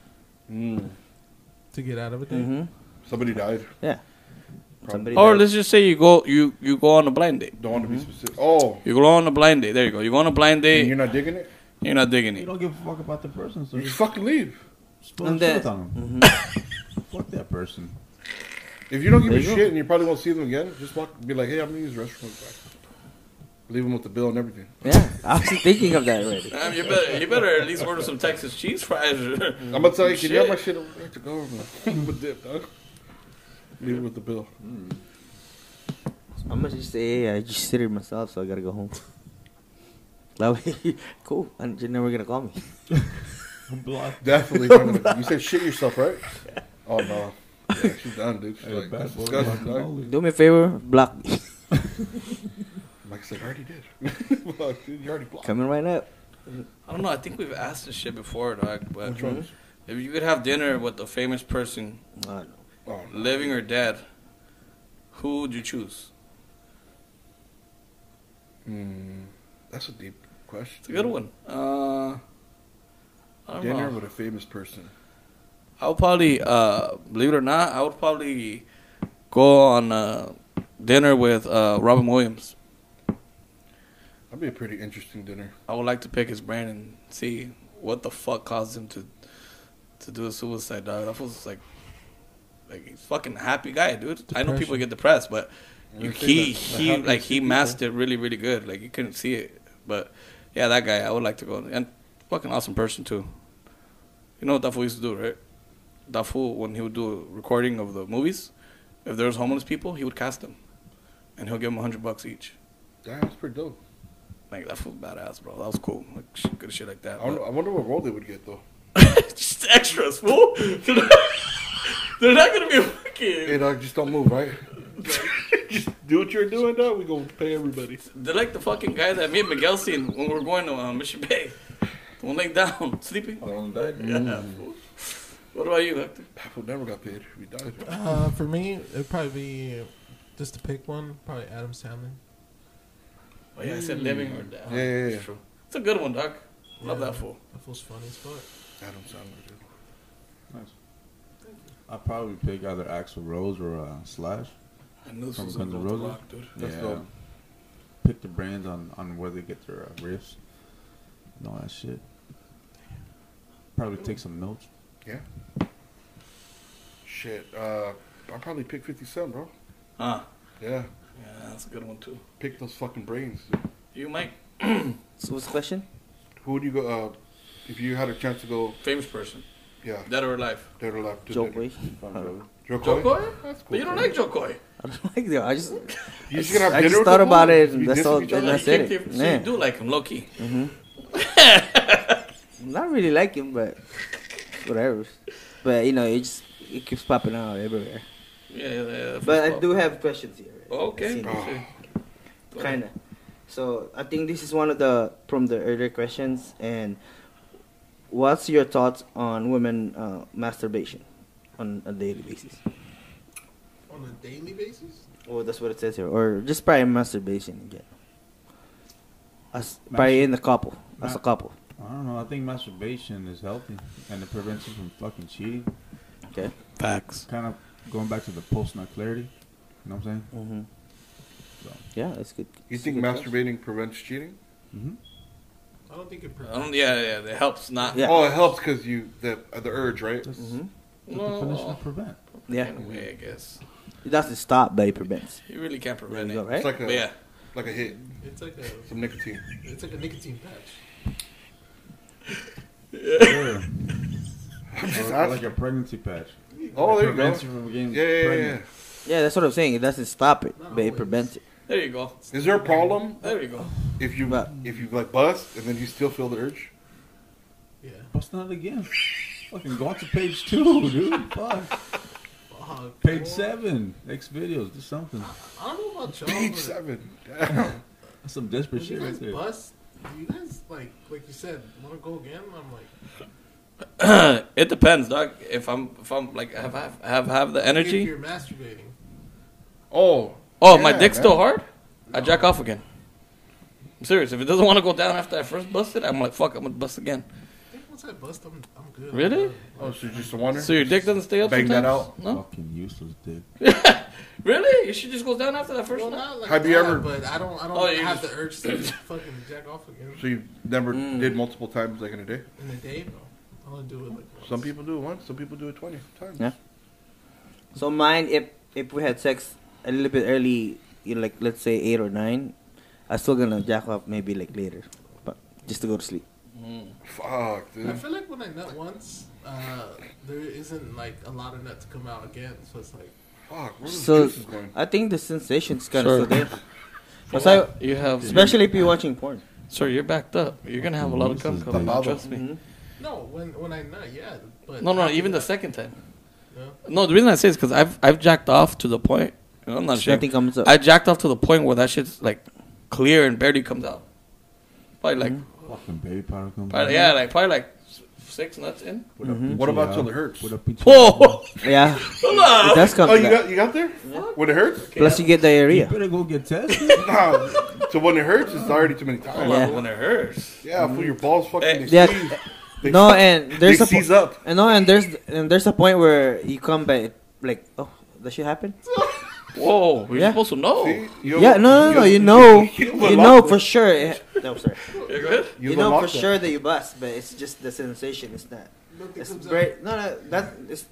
D: To get out of it,
C: Mm-hmm.
B: Somebody died.
C: Yeah. Somebody.
A: but or
C: that-
A: let's just say you go you you go on a blind date.
B: Don't want to be specific. Oh,
A: You go on a blind date. There you go. You go on a blind
B: and
A: date.
B: you're not digging it.
A: You're not digging
E: You
A: it.
E: don't give a fuck about the person, so
B: You
E: you
D: [laughs]
B: just fucking leave.
E: spill
C: And
E: the truth
C: then-
E: on them. [laughs]
D: Mm-hmm.
E: Fuck that person.
B: If you don't give
C: There
B: a
C: you go.
B: shit and you probably won't see them again, just walk. Be like, hey, I'm gonna use the restroom. Back. Leave them with the bill and everything.
C: Yeah. I was thinking of that already.
A: Um, you better you better at least order some Texas cheese fries. [laughs] or-
B: I'm about to tell you, can you have
A: Shit.
B: my shit over there to go over? I'm a dip, dog. Leave it with the bill.
C: I'm gonna just say, hey, I just sit here myself, so I gotta go home. [laughs] That way, [laughs] cool. And you're never gonna call me.
B: Definitely. not gonna- you said shit yourself, right? Oh no. Yeah, she's done, dude. She's
E: Hey,
B: like,
E: bad
B: that's
E: boy, [laughs]
B: disgusting,
E: fucking
B: dog.
E: holy.
C: Do me a favor, block me.
B: Like I said, I already did. [laughs] Fuck, dude, you already blocked.
C: Coming right up.
A: I don't know. I think we've asked this shit before, dog. But
B: Which ones?
A: if you could have dinner with a famous person,
C: Uh,
B: Oh, no.
A: living or dead, who would you choose?
B: Mm, that's a deep question.
A: It's a good one. Uh, I don't
B: Dinner
A: know.
B: with a famous person.
A: I would probably, uh, believe it or not, I would probably go on uh, dinner with uh, Robin Williams.
B: That'd be a pretty interesting dinner.
A: I would like to pick his brain and see what the fuck caused him to to do a suicide, dog. That was like, like he's a fucking happy guy, dude. I know people
D: Depression.
A: get depressed, but
B: Yeah,
A: you,
B: they say
A: he
B: that the
A: he
B: happiest
A: like he
B: people-
A: masked it really really good. Like you couldn't see it, but yeah, that guy I would like to go on. and fucking awesome person too. You know what that fool used to do, right? That fool when he would do a recording of the movies, if there was homeless people, he would cast them, and he'll give them hundred bucks each.
B: Damn, that's pretty dope.
A: Like that was badass, bro. That was cool. Like sh- good shit like
B: I,
A: that.
B: wonder- I wonder what role they would get though.
A: But- [laughs] just extras, fool. [laughs] They're not, they're not gonna be
B: Hey,
A: fucking.
B: dog, just don't move, right? [laughs] just do what you're doing, dog. We gonna pay everybody.
A: They're like the fucking guy that me and Miguel seen when we were going to uh, Mission Bay. The one laying down, [laughs] sleeping.
B: Mm.
A: Yeah. fool. What about you, Hector?
B: People never got paid. We died.
D: Uh, for me, it'd probably be uh, just to pick one. Probably Adam Sandler.
A: Oh yeah, I said living or
C: Oh,
A: dead.
B: Mm. Yeah, yeah, yeah.
A: It's true. It's a good one, Doc. Love
D: Yeah.
A: that fool.
D: That fool's funny as fuck.
B: Adam Sandler, dude.
E: Nice. I'd probably pick either Axl Rose or uh, Slash.
A: I knew this
E: From
A: was
E: Guns
A: gonna
E: N'
A: go to
E: Roses?
A: rock, dude.
B: That's
E: yeah.
B: dope.
E: Pick the brands on, on where they get their uh, riffs and all that shit. Probably take some notes.
B: Yeah. Shit. Uh, I probably pick 50 Cent, bro.
A: Huh?
B: Yeah.
A: Yeah, that's a good one too.
B: Pick those fucking brains. dude.
A: You, Mike,
C: so what's the question?
B: Who would you go? Uh, if you had a chance to go,
A: famous person.
B: Yeah,
A: Dead or alive?
B: dead or alive.
C: Joe Boy. I don't know.
F: Joe
B: Joe
A: Joe
B: Coy?
A: Coy? But you don't like Joe Coy.
C: [laughs] I don't like that. I just
B: You just gonna have
C: I
B: dinner
C: just
B: with
C: thought
B: them
C: about
B: all?
C: it, and
B: You
C: that's
B: dissing
C: all-
B: each
C: and
B: other?
C: that's- said it.
A: So
C: Yeah.
A: you do like him, low key.
C: [laughs] not really like him, but whatever. But you know, it just it keeps popping out everywhere.
A: Yeah, yeah, yeah.
C: But I
A: fuck.
C: do have questions here.
A: Okay.
C: Let's see.
A: Oh.
C: Kinda. So I think this is one of the from the earlier questions. And what's your thoughts on women uh, masturbation on a daily basis?
D: On a daily basis?
C: Oh, that's what it says here, or just probably masturbation again. As probably
E: Mastur-
C: in the couple, as a
E: Mas-
C: couple.
E: I don't know. I think masturbation is healthy and it prevents you from fucking cheating.
C: Okay.
A: Facts.
E: Kind of going back to the post nut clarity. You know what I'm
C: Mm-hmm.
E: So.
C: Yeah, that's good.
B: You think masturbating prevents cheating?
E: saying?
D: I don't think it
A: I don't, Um, yeah, yeah, it helps not.
C: Yeah.
B: Oh, it helps because you the uh, the urge, right?
E: Mm-hmm.
C: hmm
E: The definition
A: No,
E: of prevent.
C: Yeah,
A: in a way, I guess.
C: it doesn't stop, but it prevents.
A: You really can't prevent
C: There
A: it.
C: you go,
B: It's
C: right?
B: like a
A: But yeah,
B: like a hit,
D: It's like a
B: some nicotine.
D: it's like a nicotine patch.
E: Yeah.
B: just
E: Or like a pregnancy patch.
B: Oh,
E: It
B: there you go.
E: prevents you from getting
B: Yeah, yeah, yeah,
E: pregnant.
B: yeah.
C: Yeah, that's what I'm saying. It doesn't stop it,
D: Not
C: but it
D: always.
C: prevents it.
A: [laughs] there you go.
B: Is there a problem
A: There you go.
B: if you
C: But-
B: if you like bust and then you still feel the urge?
D: Yeah.
E: Bust nut again. Fucking go on to page two, [laughs] dude. Fuck.
D: Fuck, boy.
E: Page seven. X videos. Do something.
D: Uh, I don't know about y'all.
B: Page
D: but-
B: seven. [laughs] Damn.
E: That's some desperate
D: If you
E: shit
D: guys
E: right there.
D: bust, do you guys like like you said want to go again? I'm like,
A: it depends, dog. If I'm, if I'm like, have have have, have the
D: if
A: energy.
D: you're masturbating,
B: Oh,
A: Oh, my
B: Yeah,
A: dick's
B: man.
A: still hard. I jack off again. I'm serious. If it doesn't want to go down after I first busted, I'm like, fuck, I'm gonna bust again.
D: I think once I bust, I'm I'm good.
A: Really?
D: I'm done.
B: oh, so just a wonder.
A: So your dick doesn't stay up.
B: Bang that
A: sometimes?
B: out.
A: No,
E: Fucking useless dick.
A: really? Your shit just goes down after that first
D: Well,
A: one.
D: not like
B: Have you
D: that,
B: ever-
D: But I don't. I don't
A: Oh, you
D: have
A: just-
D: the urge to [coughs] fucking jack off again
B: So you never
C: Mm.
B: did multiple times like in a day?
D: in the day. No, I only do it like once.
B: Some people do it once. Some people do it twenty times.
C: Yeah. So mine, if if we had sex a little bit early, you know, like let's say eight or nine, I'm still gonna jack off maybe like later, but just to go to sleep.
B: Fuck, dude.
D: I feel like when I nut once, uh, there isn't like a lot of nut to come out again. So it's like
B: Fuck, where's the
C: So
B: juices going?
C: I think the sensation's kind
A: Sure.
C: of still there,
B: [laughs]
C: Aside-
A: you have,
C: especially if you're watching porn.
A: sir. You're backed up. You're gonna have a lot of cum coming.
B: Baba.
A: Trust me.
D: no, when when I nut, yeah. But
A: No, no.
D: after
A: Even the
D: that,
A: second time.
D: no.
A: No, the reason I say is because I've I've jacked off to the point. and I'm not sure.
C: Nothing comes up.
A: I jacked off to the point where that shit's like clear and barely comes out. Probably like,
C: Mm-hmm.
E: Fucking baby powder comes
A: probably, yeah, like probably like s- six nuts
C: [laughs]
A: in.
B: What, what about till it hurts?
E: With a peach.
A: Whoa!
B: [laughs]
C: yeah, it does come.
B: oh, you
C: back.
B: got you got there? When it hurts? [laughs]
C: Plus, you get
E: You
C: diarrhea.
E: better go get tested.
B: Nah. so when it hurts, it's already too many times.
A: Well, When it hurts.
B: Yeah, fool, your balls
A: Hey.
B: fucking. They
C: Yeah.
B: squeeze. They
C: No,
B: fuck-
C: and there's
B: they
C: a po-
B: seize up.
C: and no, and there's and there's a point where you come by like, oh, that shit happened.
A: Whoa! We're
C: Yeah.
A: supposed to know.
B: See? You
C: Yeah, no, no, no. You
B: [laughs]
C: know,
B: you
C: you
B: unlock
C: know
B: it.
C: for sure.
B: [laughs]
C: It, no, sorry.
A: Yeah, go ahead.
C: You, know for sure that you bust, but it's just the sensation. It's not.
D: Nothing
C: It's
D: comes out.
C: very no, no. That it's,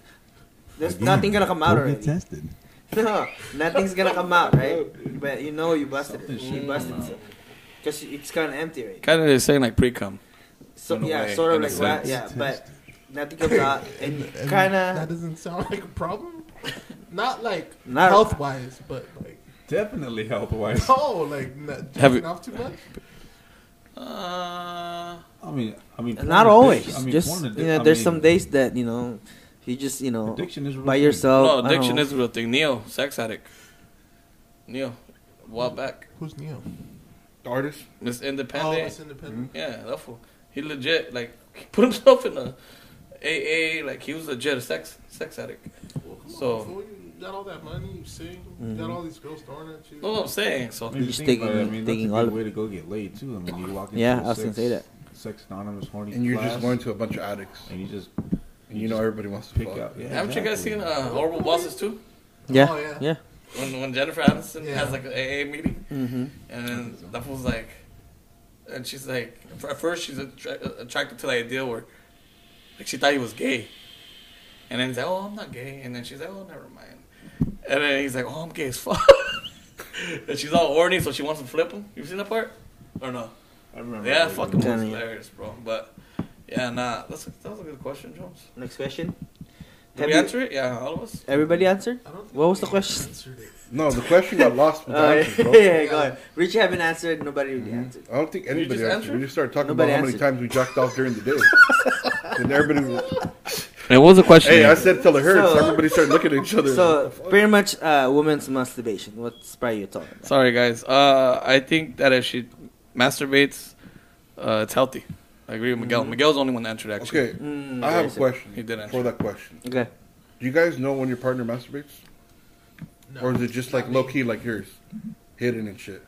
C: there's
E: Again,
C: nothing gonna come out
E: go
C: already.
E: get tested.
C: [laughs] No, nothing's gonna come out,
B: [laughs]
C: right? But you know you busted it.
E: Something
C: You
E: should
C: busted
E: come
C: it. Cause it's kind of empty, right?
A: Kind of the same like pre cum.
C: So
A: In a
C: yeah,
A: way,
C: sort of
A: in a
C: like that.
A: sense.
C: Yeah, but nothing
B: [laughs]
C: comes out, and kind
D: that
C: of
D: doesn't sound like a problem. Not like
C: Not-
D: health wise, but like
E: Definitely health wise.
D: no, like not
A: Have
D: jerking
A: you-
D: off too much.
C: Oh,
A: Uh,
E: I mean, I mean,
C: not
E: porn
C: always.
E: addiction- I mean,
C: just
E: porn addic-
C: you know,
E: I
C: there's
E: mean,
C: some days that you know you just you know
E: Addiction is a real
C: by
E: thing.
C: yourself.
A: no,
C: I don't
A: addiction
C: know.
A: is a real thing. Neo, sex addict. Neo, a while
C: Mm.
A: back,
D: Who's Neo?
B: Artist.
A: Miss
D: Oh,
A: Independent.
D: it's independent.
A: Yeah, that fool. He legit like [laughs] he put himself in a AA like he was legit a sex sex addict.
D: Well, come
A: So-
D: on, fool, you got all that money, you sing, you got all these girls staring at
A: That's
D: you.
A: what I'm saying. So
E: I mean,
C: Just
E: think about
C: taking-
E: it, I mean,
C: taking
E: that's a
C: all
E: good
C: of-
E: way to go get laid too. I mean, you walk into
C: Yeah,
E: a
C: I was gonna
E: sex-
C: say that.
E: Sex anonymous horny
B: And you're
E: class,
B: just going to a bunch of addicts.
E: and you just
B: And you know everybody wants to
E: pick
B: fuck.
E: up. Yeah,
A: haven't you guys
E: exactly.
A: seen uh, Horrible Bosses too?
C: Yeah,
D: Oh, yeah.
C: yeah.
A: When when Jennifer Aniston
D: Yeah.
A: has like an AA meeting,
C: Mm-hmm.
A: and then that fool's like, and she's like, at first she's attra- attracted to the idea where, like she thought he was gay, and then he's like, oh, I'm not gay, and then she's like, oh, never mind, and then he's like, oh, I'm gay as fuck, [laughs] and she's all horny, so she wants to flip him. You seen that part? Or no?
E: I remember.
A: Yeah,
E: that.
A: fucking was
C: Kinda, yeah.
A: hilarious, bro. But Yeah, nah. That's a, that was a good question, Jones.
C: Next question.
A: Did we
C: Have you-
A: answer it? Yeah, all of us.
C: Everybody answered?
D: I don't think
C: What was the
D: we
C: question?
D: answered it.
B: No, the [laughs] question got lost with the
C: [laughs] Oh,
B: answers,
C: yeah,
B: bro.
C: yeah, go ahead. Richie haven't answered. Nobody really
E: Mm-hmm.
C: answered.
B: I don't think
A: you
B: anybody
A: just
B: answered.
A: answer?
B: We just started talking
C: Nobody
B: about how many
C: answered.
B: times we jacked off during the day.
C: [laughs]
B: and everybody, was-
A: And what was the question?
B: hey, I said till it hurts.
C: So-
B: everybody started looking at each other.
C: So pretty much, uh, women's masturbation. What's probably you talking about?
A: Sorry, guys. Uh, I think that if she masturbates, uh, it's healthy. I agree with Miguel. Miguel's the only one that answered, actually.
B: okay,
C: Mm,
B: I have a
C: okay.
B: question
A: He did answer.
B: for that question.
C: Okay.
B: Do you guys know when your partner masturbates,
D: No.
B: or is it just like low key like yours, hidden and shit?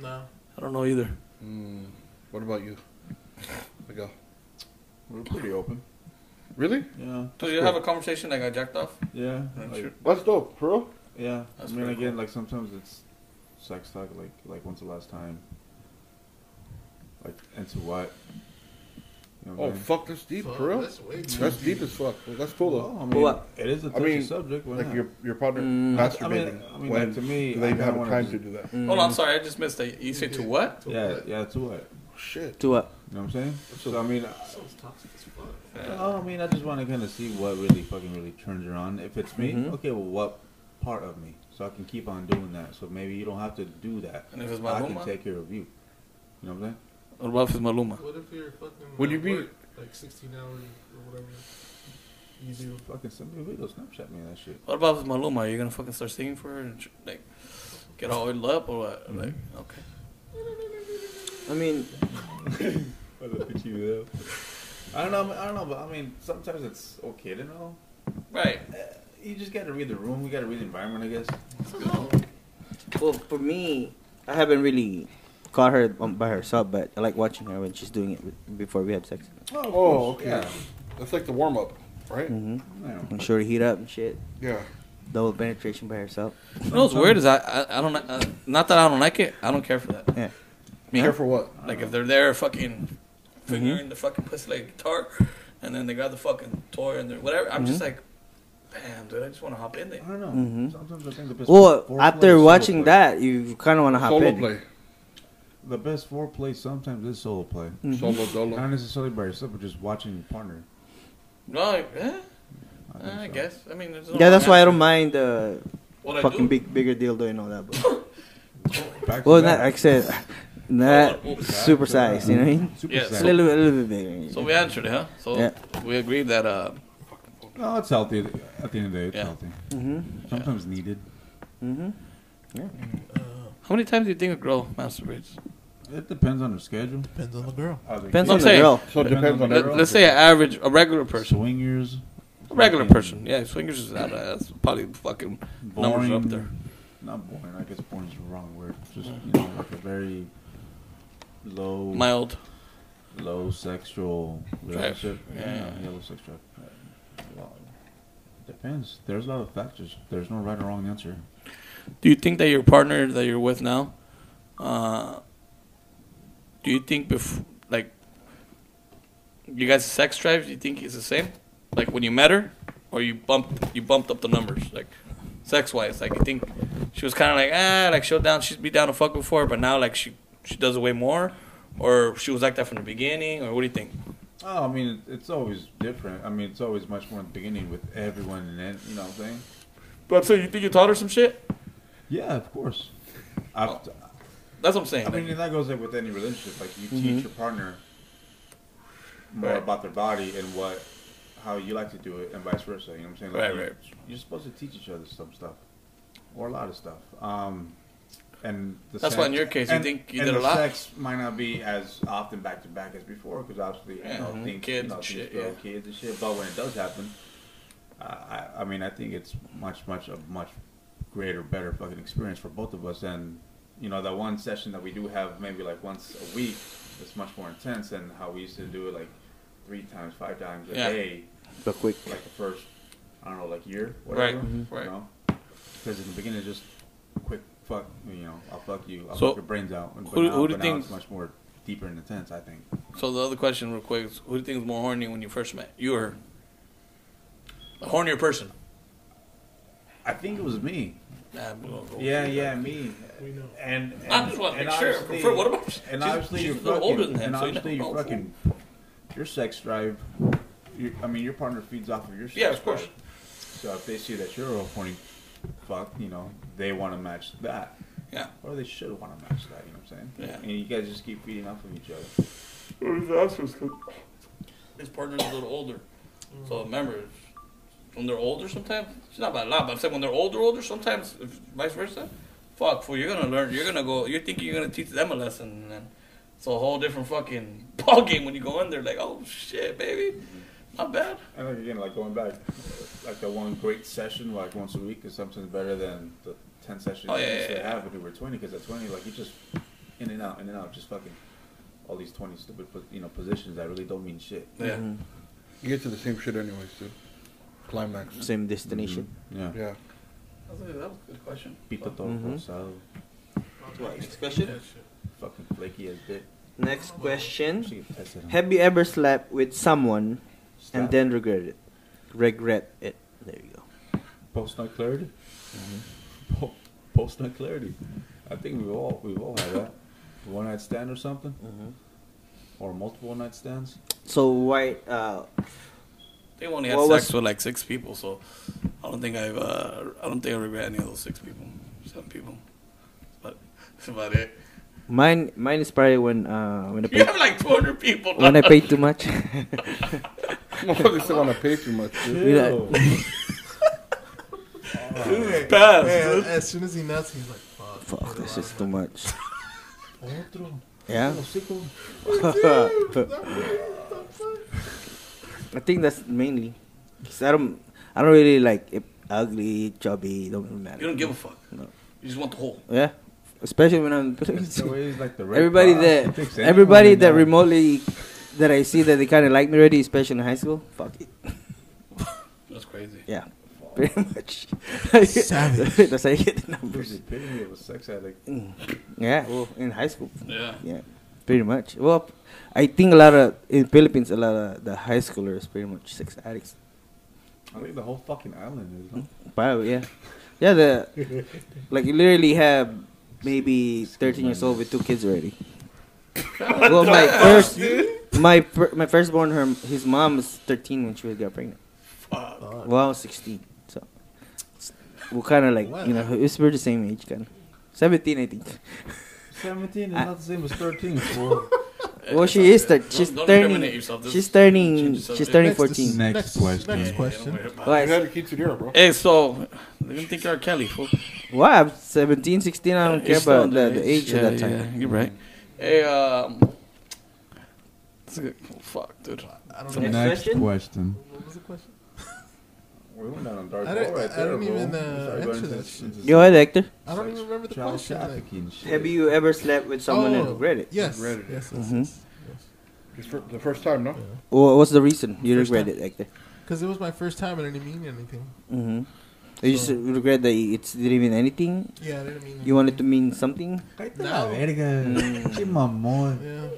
D: No.
A: I don't know either.
B: Mm, what about you? Miguel?
E: We're pretty open.
B: Really?
E: Yeah,
A: So you have a conversation like I jacked off?
E: yeah,
A: That's
E: like-
A: true.
B: That's dope, bro.
E: yeah.
A: That's
E: I mean,
A: pretty
E: again, like sometimes it's sex talk. Like, like when's the last time? Like, into what? You know what
B: Oh
E: I mean?
B: fuck, that's deep,
D: Fuck,
B: bro.
D: That's way too
B: That's deep as fuck. That's cool though.
E: Well, I
C: Well,
E: mean,
C: what-
E: it is a touchy
B: mean,
E: subject. Why
B: like
E: not?
B: your your partner
C: Mm.
B: masturbating.
E: Oh, I mean- I mean,
B: when
E: like, to me,
B: do
E: I
B: they
E: kinda
B: have
E: wanna
B: time
E: just-
B: to do that.
C: Mm,
A: Hold on, sorry. I just missed that. You say to what?
E: yeah, yeah, to what?
B: Shit.
C: To what?
E: You know what I'm saying? So I mean,
D: That sounds toxic as fuck.
E: Oh, I, I mean, I just want to kind of see what really fucking really turns her on. If it's me,
C: Mhm.
E: okay, well, what part of me? So I can keep on doing that. So maybe you don't have to do that.
A: And if it's
E: I
A: Maluma?
E: can take care of you. You know what I'm saying?
A: What about if it's Maluma?
D: What if you're fucking?
B: Would you
D: at
B: be-
D: work, like 16 hours or whatever you do?
E: Fucking send me a video, Snapchat me that
C: [laughs]
E: shit.
A: What about if it's Maluma? Are you gonna fucking start singing for her and sh- like get all oiled up or what? Like, okay.
C: I mean,
E: I don't think you will. I don't know. I don't know, but I mean, sometimes it's okay to know.
A: Right.
E: Uh, you just gotta read the room. You gotta read the environment, I guess.
C: well, for me, I haven't really caught her um, by herself, but I like watching her when she's doing it with- before we have sex.
B: Oh, okay.
E: Yeah.
B: That's like the warm up, right?
C: Mm-hmm.
E: I don't know.
C: I'm sure to heat up and shit.
B: Yeah.
C: Double penetration by herself.
A: You know what's weird is I I, I don't uh, not that I don't like it. I don't care for that.
C: Yeah.
A: Me,
B: Care for what?
A: Like if they're there fucking fingering the fucking pussy like guitar and then they got the fucking toy and they're whatever. I'm just like, damn, dude, I just want to hop in there.
E: I don't know.
C: Mhm.
E: Sometimes I think the best.
C: Well,
E: foreplay is
C: after
E: solo
C: watching
E: play.
C: that, you kind of want to hop
B: Solo
C: in.
B: play.
E: the best foreplay sometimes is solo play.
B: Solo
E: Not
B: dolo.
E: necessarily by yourself, but just watching your partner.
A: No, like, eh,
E: I, think
A: eh, I
E: so.
A: guess. I mean, there's no
C: Yeah, that's why I don't
A: answer.
C: mind the
A: What I
C: fucking
A: do-
C: big, bigger dildo and all that.
A: [laughs]
C: But,
E: Back to
C: well,
E: back.
C: not like I said, [laughs] not super size. You know what I mean?
E: Super
A: Yeah,
E: size.
C: It's a little, a little bit bigger.
A: So we answered it, huh? So
C: Yeah.
A: we agreed that uh,
E: No, it's healthy. At the end of the day, it's
A: Yeah.
E: healthy.
C: hmm
E: Sometimes needed.
C: hmm
D: Uh,
A: How many times do you think a girl masturbates?
E: It depends on her schedule.
D: depends on the girl.
C: Depends
A: I'm
C: on the
A: saying-
C: girl.
B: So it depends on
E: Let-
A: Let,
B: everyone.
A: us say an average, a regular person,
E: Swingers.
A: a regular
E: fucking
A: person. Yeah, swingers is out. That's probably fucking numbers up
E: boring-
A: there.
E: Not boring. I guess boring is the wrong word. Just you know, like a very low,
A: Mild.
E: low sexual relationship.
A: Yeah.
E: Yeah, low sexual. Well, Depends. There's a lot of factors. There's no right or wrong answer.
A: Do you think that your partner that you're with now, uh, do you think bef- like you guys' sex drive? Do you think is the same? Like when you met her, or you bumped you bumped up the numbers like sex wise? Like you think she was kind of like ah like she'll down she'd be down to fuck before, but now like she she does it way more, or she was like that from the beginning, or what do you think?
E: Oh, I mean, it- it's always different. I mean, it's always much more in the beginning with everyone, and then you know what I'm saying.
A: But so you think you taught her some shit?
E: Yeah, of course.
A: Oh,
E: I've,
A: That's what I'm saying.
E: I mean,
A: like-
E: and that goes like with any relationship. Like you
C: Mhm.
E: teach your partner more
A: Right.
E: about their body and what how you like to do it, and vice versa. You know what I'm saying? Like,
A: Right,
E: you-
A: right.
E: You're supposed to teach each other some stuff, or a lot of stuff. Um, and the
A: That's
E: sex,
A: why in your case, you
E: and-
A: think you
E: and
A: did a
E: the
A: lot?
E: Sex might not be as often back to back as before because obviously
A: Yeah,
E: you know
A: mhm.
E: things,
A: Kids
E: you know,
A: and
E: things
A: shit,
E: grow,
A: yeah.
E: kids and shit. But when it does happen, I, I, I mean, I think it's much, much, a much greater, better fucking experience for both of us. And, you know, that one session that we do have maybe like once a week is much more intense than how we used to do it like three times, five times a
A: Yeah.
E: day,
C: But quick.
E: for like the first, I don't know, like year, whatever.
A: Right, Mhm.
E: You
A: right.
E: know? Because in the beginning, it's just quick fuck, you know, I'll fuck you, I'll
A: So,
E: fuck your brains out. And,
A: who-
E: but now,
A: who do you
E: but now
A: think-
E: it's much more deeper and intense, I think.
A: So the other question, real quick, is who do you think is more horny when you first met? You or her? A hornier person?
E: I think it was me.
A: Nah, I'm gonna go-
E: Yeah, yeah, me.
D: We know.
E: And, and
A: I just want to
E: and
A: make sure.
E: obviously-
A: For- what about?
E: And
A: she's,
E: obviously,
A: she's
E: you're
A: a little
E: fucking,
A: older than him,
E: and
A: so you
E: obviously
A: don't
E: you're
A: know.
E: fucking your sex drive. Your, I mean, your partner feeds off of your sex
A: Yeah, of course.
E: drive. So if they see that you're a horny fuck, you know, they want to match that.
A: Yeah.
E: Or they should want to match that, you know what I'm saying?
A: Yeah.
E: And you guys just keep feeding off of each other.
A: His partner's a little older. So remember, when they're older sometimes, it's not by a lot, but I'm saying when they're older, older, sometimes if vice versa, fuck, fool, you're gonna learn, you're gonna go, you're thinking you're gonna teach them a lesson, and then it's a whole different fucking [laughs] ball game when you go in there, like, oh shit, baby, not bad.
E: And like again, like going back, like the one great session, like once a week, is something better than the ten sessions
A: Oh,
E: we
A: yeah,
E: used
A: yeah,
E: to
A: yeah.
E: have when we were twenty. Because at twenty, like you just in and out, in and out, just fucking all these twenty stupid, po- you know, positions that really don't mean shit.
A: Yeah.
C: Mm-hmm.
B: You get to the same shit anyways, dude. Climax.
C: Same destination.
E: Yeah.
B: Yeah. [laughs]
A: That was a that was a good question.
E: Pito todo
C: Mhm.
E: rosado,
C: Right, next question.
E: fucking flaky as dick.
A: Mm-hmm.
C: Next question.
E: She tested him.
C: Have you ever slept with someone
E: Slap.
C: Mm-hmm. and then regret it? Regret it. There you go.
E: post night clarity.
C: Mm-hmm.
E: [laughs] Po- post night clarity. I think we've all we've all had that one night stand or something, or multiple one night stands.
C: Mm-hmm. So why? Uh,
A: They only had
C: What
A: sex
C: was-
A: with like six people, so I don't think I've, uh, I don't think I regret any of those six people, seven people. But that's about it.
C: mine, mine is probably when uh,
A: [laughs]
C: when I
A: You
C: paid,
A: have like 200 people.
C: when I
A: dog.
C: paid too much.
B: Motherfuckers still want to pay too much, dude.
C: Yeah.
A: Pass,
E: [laughs]
D: Man,
A: dude.
D: as soon as he nuts, he's like, fuck.
C: [laughs] Fuck,
D: dude,
C: this
D: I'm
C: is too much.
E: Otro.
C: [laughs] Yeah.
E: Hocico.
C: [laughs] I think that's mainly. 'Cause I don't, I don't really like it, ugly, chubby. Don't really matter.
A: You don't give a fuck.
C: No.
A: You just want the whole.
C: Yeah, especially when I'm. [laughs]
E: That's the way, like, the Red
C: everybody
E: Cross. It
C: that
E: takes
C: everybody
E: anyone,
C: that
E: uh,
C: remotely that I see that they kind of like me already, especially in high school. Fuck it.
A: That's crazy.
C: Yeah, pretty much. [laughs]
D: Savage.
C: That's how you get the
E: Who's the
C: numbers.
E: epitome of a sex addict?
C: Yeah, well, in high school.
A: Yeah.
C: Yeah, pretty much. Well, I think a lot of in Philippines, a lot of the high schoolers pretty much sex addicts.
E: I think the whole fucking island is. huh?
C: Wow, yeah, yeah. The like you literally have maybe thirteen years old with two
A: [laughs]
C: kids already. Well, my first, my fir- my firstborn, her his mom was thirteen when she was got pregnant.
A: Fuck.
D: fucked.
C: Well, I was sixteen, so it's- we're kind of like you know it's we're the same age, kind of seventeen,
A: [laughs]
C: I think.
E: Seventeen is
C: I-
E: not the same as [laughs] thirteen. fool.
C: Well, she is thir-
A: Don't-
C: she's
A: don't
C: turning.
A: incriminate yourself. This-
C: She's turning.
A: Change the
C: She's
A: subject.
C: turning
D: Next is-
C: fourteen.
E: Next question.
D: Next
A: Yeah, don't
D: question.
A: worry about it.
B: You
C: Guys,
B: had to keep to there, bro.
A: Hey, so they didn't think you're Kelly. Fool.
C: why? I'm 17, 16, I don't care
A: You're still
C: about the, the
A: underage.
C: age
A: yeah,
C: at that time.
A: Yeah, you're right. Hey, um, that's a good. oh, fuck, dude.
D: I don't
C: Next question?
D: know.
E: question.
D: What was the question?
E: We went down a dark
D: I
E: hole
D: don't-
E: right
D: I
E: there,
D: don't
E: bro.
D: even,
E: We
D: uh,
E: started going
D: answer
E: into-
D: that shit.
E: into
C: Go ahead, Hector.
D: I don't even remember the
E: child
D: question. like- oh,
E: trafficking shit.
C: Have you ever slept with someone
E: Oh,
C: and regret it?
D: Yes.
B: Regret it.
D: Yes.
C: Mhm.
D: Because
B: Just for the first time, no?
C: Wha- What's the reason you
D: First
C: regret
D: time.
C: it, Hector?
D: it was my first time and it didn't mean anything.
C: Mm-hmm. You just
D: So-
C: regret that it didn't mean anything.
D: Yeah, it didn't mean anything.
C: You wanted to mean something.
E: Cállate
D: No.
E: la verga.
C: Mm.
E: Che mamón.
D: Yeah.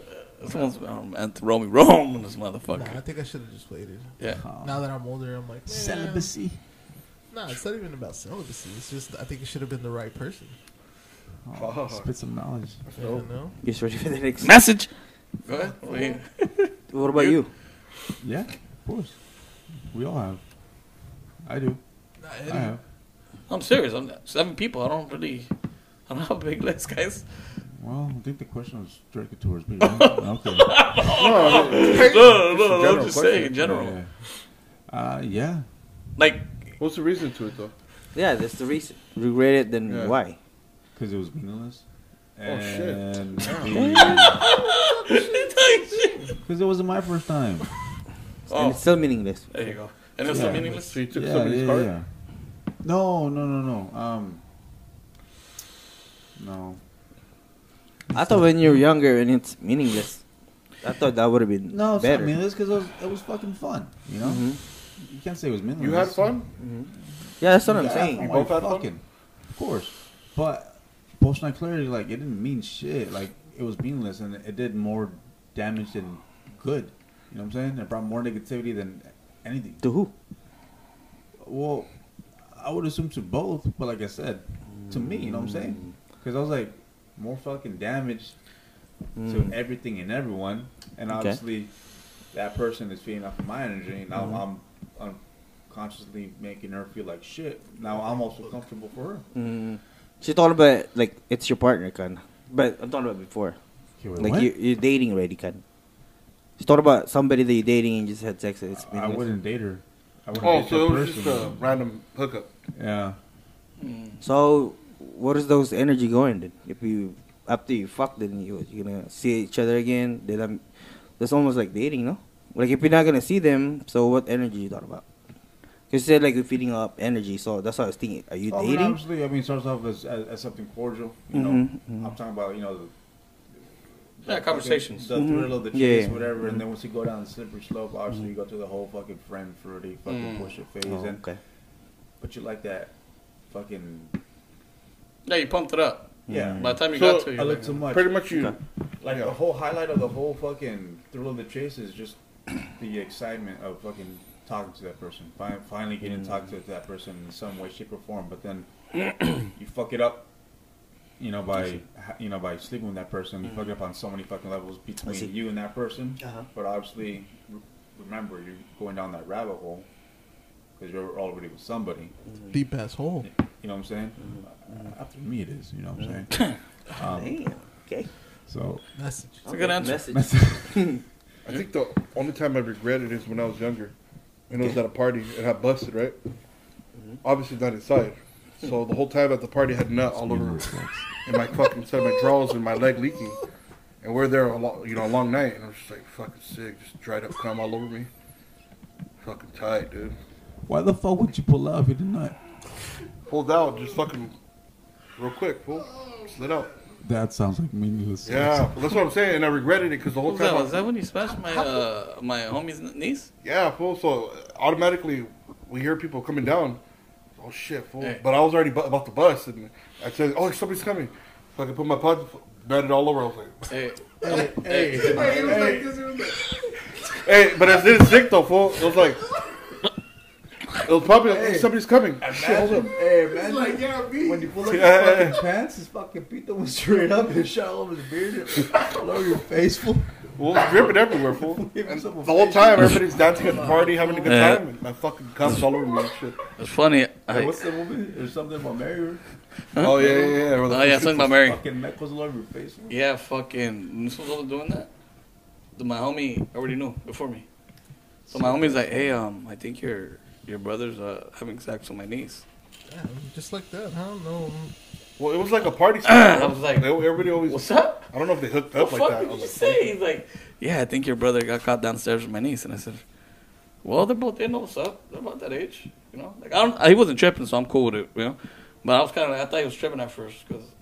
A: Someone's um, at [laughs] Romy Rome in this motherfucker.
D: Nah, I think I should have just waited.
A: Yeah.
D: Now that I'm older, I'm like, man.
E: Oh. Celibacy.
D: Nah, it's not even about celibacy. It's just, I think it should have been the right person.
E: Oh, spit some knowledge.
D: You know?
C: Just ready for [laughs] the next.
A: Message. Go ahead. Wait.
C: What about you?
E: Yeah, of course. We all have. I do.
D: Nah,
E: I
D: it
E: have.
A: I'm serious. I'm seven people. I don't really. I don't have a big list, guys.
E: Well, I think the question was directed towards me. Right? [laughs] okay.
B: No,
A: No, no,
B: Just a
A: no. I'm
B: general
A: just
B: question.
A: saying in general.
E: Yeah. Uh, yeah.
A: Like,
B: What's the reason to it, though?
C: Yeah, that's the reason. Regret it, then
B: Yeah.
C: why?
E: Because it was meaningless.
B: Oh, shit. Oh.
E: And
B: [laughs]
A: there
E: Because it wasn't my first time.
A: Oh.
C: And it's still meaningless.
A: you go. And it's so
E: Yeah.
A: meaningless.
B: So you took somebody's heart?
E: No, no, no, no. Um, no.
C: I thought when you were younger and it's meaningless, I thought that would have been
E: No, it's
C: better.
E: not meaningless because it was, it was fucking fun. You know?
C: Mhm.
E: You can't say it was meaningless.
B: Mm-hmm. You had fun?
C: Yeah, that's what I'm
E: Yeah,
C: saying.
E: You
B: both
E: both
B: had fun?
E: fucking. Of course. But post night clarity, like, it didn't mean shit. Like, it was meaningless and it did more damage than good. You know what I'm saying? It brought more negativity than anything.
C: To who?
E: Well, I would assume to both, but like I said, to me, you know what I'm saying?
C: Mm.
E: Because I was like, more fucking damage to everything and everyone, and
C: Mm. Okay.
E: obviously that person is feeding off of my energy, now
C: Mm-hmm.
E: I'm unconsciously making her feel like shit. Now I'm also comfortable for her.
C: Mm. She thought about like it's your partner, kind. But I'm talking about before,
E: Okay, wait,
C: like
E: what?
C: you you're dating already, kind. She thought about somebody that you're dating and just had sex. It's been
E: I wouldn't date her. I wouldn't
B: Oh,
E: date
B: so
E: that
B: it was just a
E: person.
B: random hookup.
E: yeah.
C: So, what is those energy going? Then? If you after you fuck, then you you gonna see each other again. Then I'm, that's almost like dating, no? Like if you're not gonna see them, so what energy you thought about? 'Cause you said like you're feeding up energy, so that's what I was thinking. Are you
E: I mean,
C: dating?
E: obviously, Oh, I mean, it starts off as, as, as something cordial. You know,
C: Mhm, mhm.
E: I'm talking about you know the,
A: Yeah,
E: fucking-
A: conversations.
E: the
C: Mhm.
E: thrill of the chase,
C: Yeah, Mm-hmm. yeah.
E: whatever. And then once you go down the slippery slope, obviously you go through the whole fucking friend fruity fucking
A: Mm.
E: bullshit phase.
C: Oh,
E: and,
C: okay.
E: but you like that fucking
A: Yeah, you pumped it up.
E: yeah.
A: By the time you
B: So,
A: got to,
E: I
A: you're
E: look
A: like,
E: too much.
B: Pretty much you.
E: Like
B: Yeah.
E: the whole highlight of the whole fucking thrill of the chase is just [clears throat] the excitement of fucking talking to that person, fin- finally getting to talk to that person in some way, shape, or form. But then [clears throat] you fuck it up, you know, by ha- you know by sleeping with that person. You fuck it up on so many fucking levels
C: see.
E: between you and that person. But obviously, re- remember you're going down that rabbit hole because you're already with somebody.
D: Deep ass hole.
E: You know what I'm saying? Uh, After me, it is. You know what I'm saying? um,
C: Damn. Okay.
E: so.
D: Message.
A: It's a good answer.
C: Message.
E: [laughs]
B: I think the only time I regretted is when I was younger. And I was at a party and I busted, right?
A: Mm-hmm.
B: Obviously not
A: [laughs]
B: inside. So the whole time at the party I had nut all over and my fucking set of my drawers and my leg leaking. And we're there a lo- you know, a long night and I'm just like fucking sick, just dried up cum all over me. Fucking tight, dude.
E: Why the fuck would you pull out if you did not?
B: Pulled out, just fucking real quick, pull. Slid out.
E: That sounds like meaningless.
B: Yeah, that's what I'm saying, and I regretted it because the whole
A: What was that?
B: time. I-
A: Was that when you smashed my uh, my homie's niece?
B: Yeah, fool. So automatically, we hear people coming down. Oh shit, fool!
A: Hey.
B: But I was already bu- about to bust, and I said, "Oh, somebody's coming." So I could put my pod, batted all over. I was like, [laughs]
A: Hey,
B: "Hey, hey,
A: hey,
B: hey!" But I didn't sick though, fool. It was like, it was probably like, "Hey, somebody's coming." Shit, hold up.
E: Hey, man. like, yeah, me. When you
D: [laughs]
E: pull up your
B: Yeah.
E: fucking pants, his fucking pito was straight up and shot all over his beard [laughs] and all over your face, fool. [laughs]
B: Well, it's dripping everywhere, fool.
E: Give
B: And the
E: yourself a
B: whole
E: face.
B: time, everybody's dancing at the party, having a good
A: Yeah.
B: time, and my fucking cum's all over me and shit.
A: it's funny.
E: Hey,
A: I,
E: what's the movie? There's something about Mary.
B: Oh yeah, yeah, yeah. Or the-
A: oh yeah, something about Mary.
E: Fucking neck was all over your face. fool.
A: Yeah, fucking. This was all doing that. The- My homie already knew before me. So my homie's like, "Hey, um, I think your your brother's uh, having sex with my niece."
D: Damn, just like that, huh? No.
B: Well, it was like a
A: [clears throat]
B: party. I
A: was like,
B: everybody always.
A: What's up?
B: I don't know if they hooked
A: What
B: up
A: the
B: like
A: fuck
B: that. I
A: did
B: was
A: you
B: like,
A: say? He's like, "Yeah, I think your brother got caught downstairs with my niece." And I said, "Well, they're both in. What's up? They're about that age, you know." Like I don't. He wasn't tripping, so I'm cool with it, you know. But I was kind of. I thought he was tripping at first because his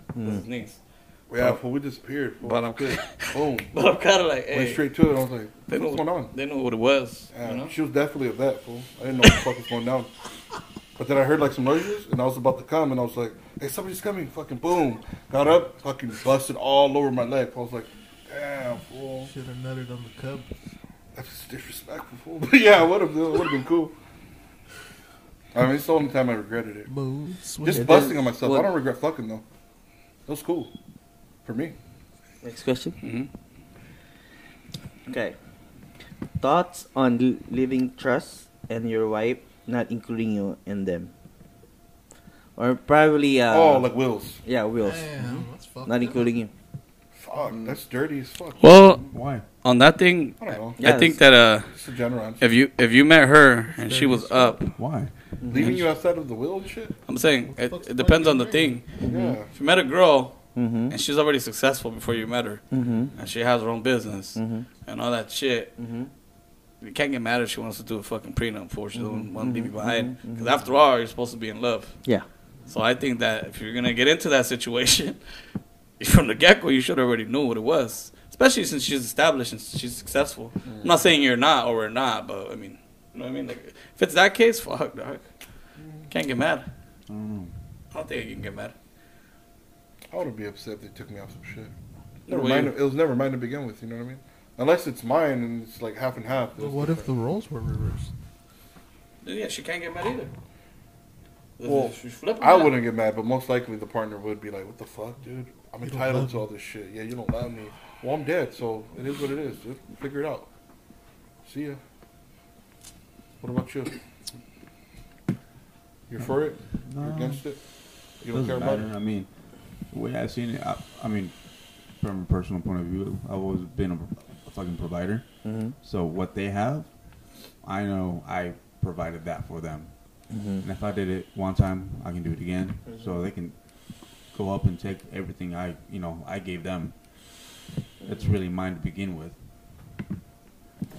B: Hmm.
A: niece. [laughs]
B: Yeah, fool, we disappeared. Fool.
A: But I'm good. [laughs]
B: Boom.
A: But I'm kind of like, hey,
B: Went straight to it. I was like,
A: they
B: what's
A: know
B: going on? Uh,
A: They know what it was,
B: Yeah,
A: you know.
B: She was definitely of that, fool. I didn't know what the fuck was going down. But then I heard like some noises, and I was about to come, and I was like, hey, somebody's coming. Fucking boom. Got up, fucking busted all over my leg. I was like, damn, fool.
D: Should have nutted on the cub.
B: That's disrespectful, fool. [laughs] yeah, I would have Would have been cool. I mean, it's the only time I regretted it.
D: Move. Swing.
B: Just busting on myself.
C: what-
B: I don't regret fucking, though. That was cool. For me.
C: Next question. Okay. Thoughts on l- leaving trust and your wife not including you in them, or probably uh,
B: oh, like Will's.
C: yeah, wheels,
D: Damn, that's fucked
C: not
D: up.
C: including you.
B: Fuck, that's dirty as fuck.
A: Well,
E: Why?
A: on that thing,
B: I don't know.
C: Yeah,
A: I think that uh,
B: It's a general.
A: if you if you met her and she was up,
E: Why?
B: Leaving you outside of the will and shit?
A: I'm saying
D: What the
A: it,
D: fuck's
A: it depends on the thing.
D: fucking
E: Mm-hmm.
B: Yeah.
A: If you met a girl
C: Mm-hmm.
A: and she's already successful before you met her,
C: Mm-hmm.
A: and she has her own business
C: Mm-hmm.
A: and all that shit,
C: Mm-hmm.
A: you can't get mad if she wants to do a fucking prenup for she doesn't
C: Mm-hmm.
A: want to leave you behind. Because after all, you're supposed to be in love.
C: Yeah.
A: So I think that if you're gonna get into that situation [laughs] from the get go, you should already know what it was. Especially since she's established and she's successful. I'm not saying you're not or we're not, but I mean, you know what I mean. Like, if it's that case, fuck, dog. Can't get mad.
E: I don't
B: Mm.
E: know.
A: I don't think you can get mad.
B: I would be upset if they took me off some shit.
A: Either
B: Never
A: way,
B: mind. It was never mine to begin with, you know what I mean? Unless it's mine and it's like half and half.
D: But what if the roles were reversed?
A: Yeah, she can't get mad either.
B: Well,
A: She's flipping
B: I
A: mad.
B: wouldn't get mad, but most likely the partner would be like, what the fuck, dude? I'm
D: You don't
B: entitled
D: love
B: to all this shit. Yeah, you don't love me. Well, I'm dead, so it is what it is, dude. Figure it out. See ya. What about you? You're for it? You're
E: No.
B: against it? You don't
E: doesn't
B: care about
E: matter.
B: it?
E: I mean, the way I've seen it, I, I mean, from a personal point of view, I've always been a, a fucking provider.
C: Mm-hmm.
E: So what they have, I know I provided that for them. And if I did it one time, I can do it again. So they can go up and take everything I, you know, I gave them. It's really mine to begin with.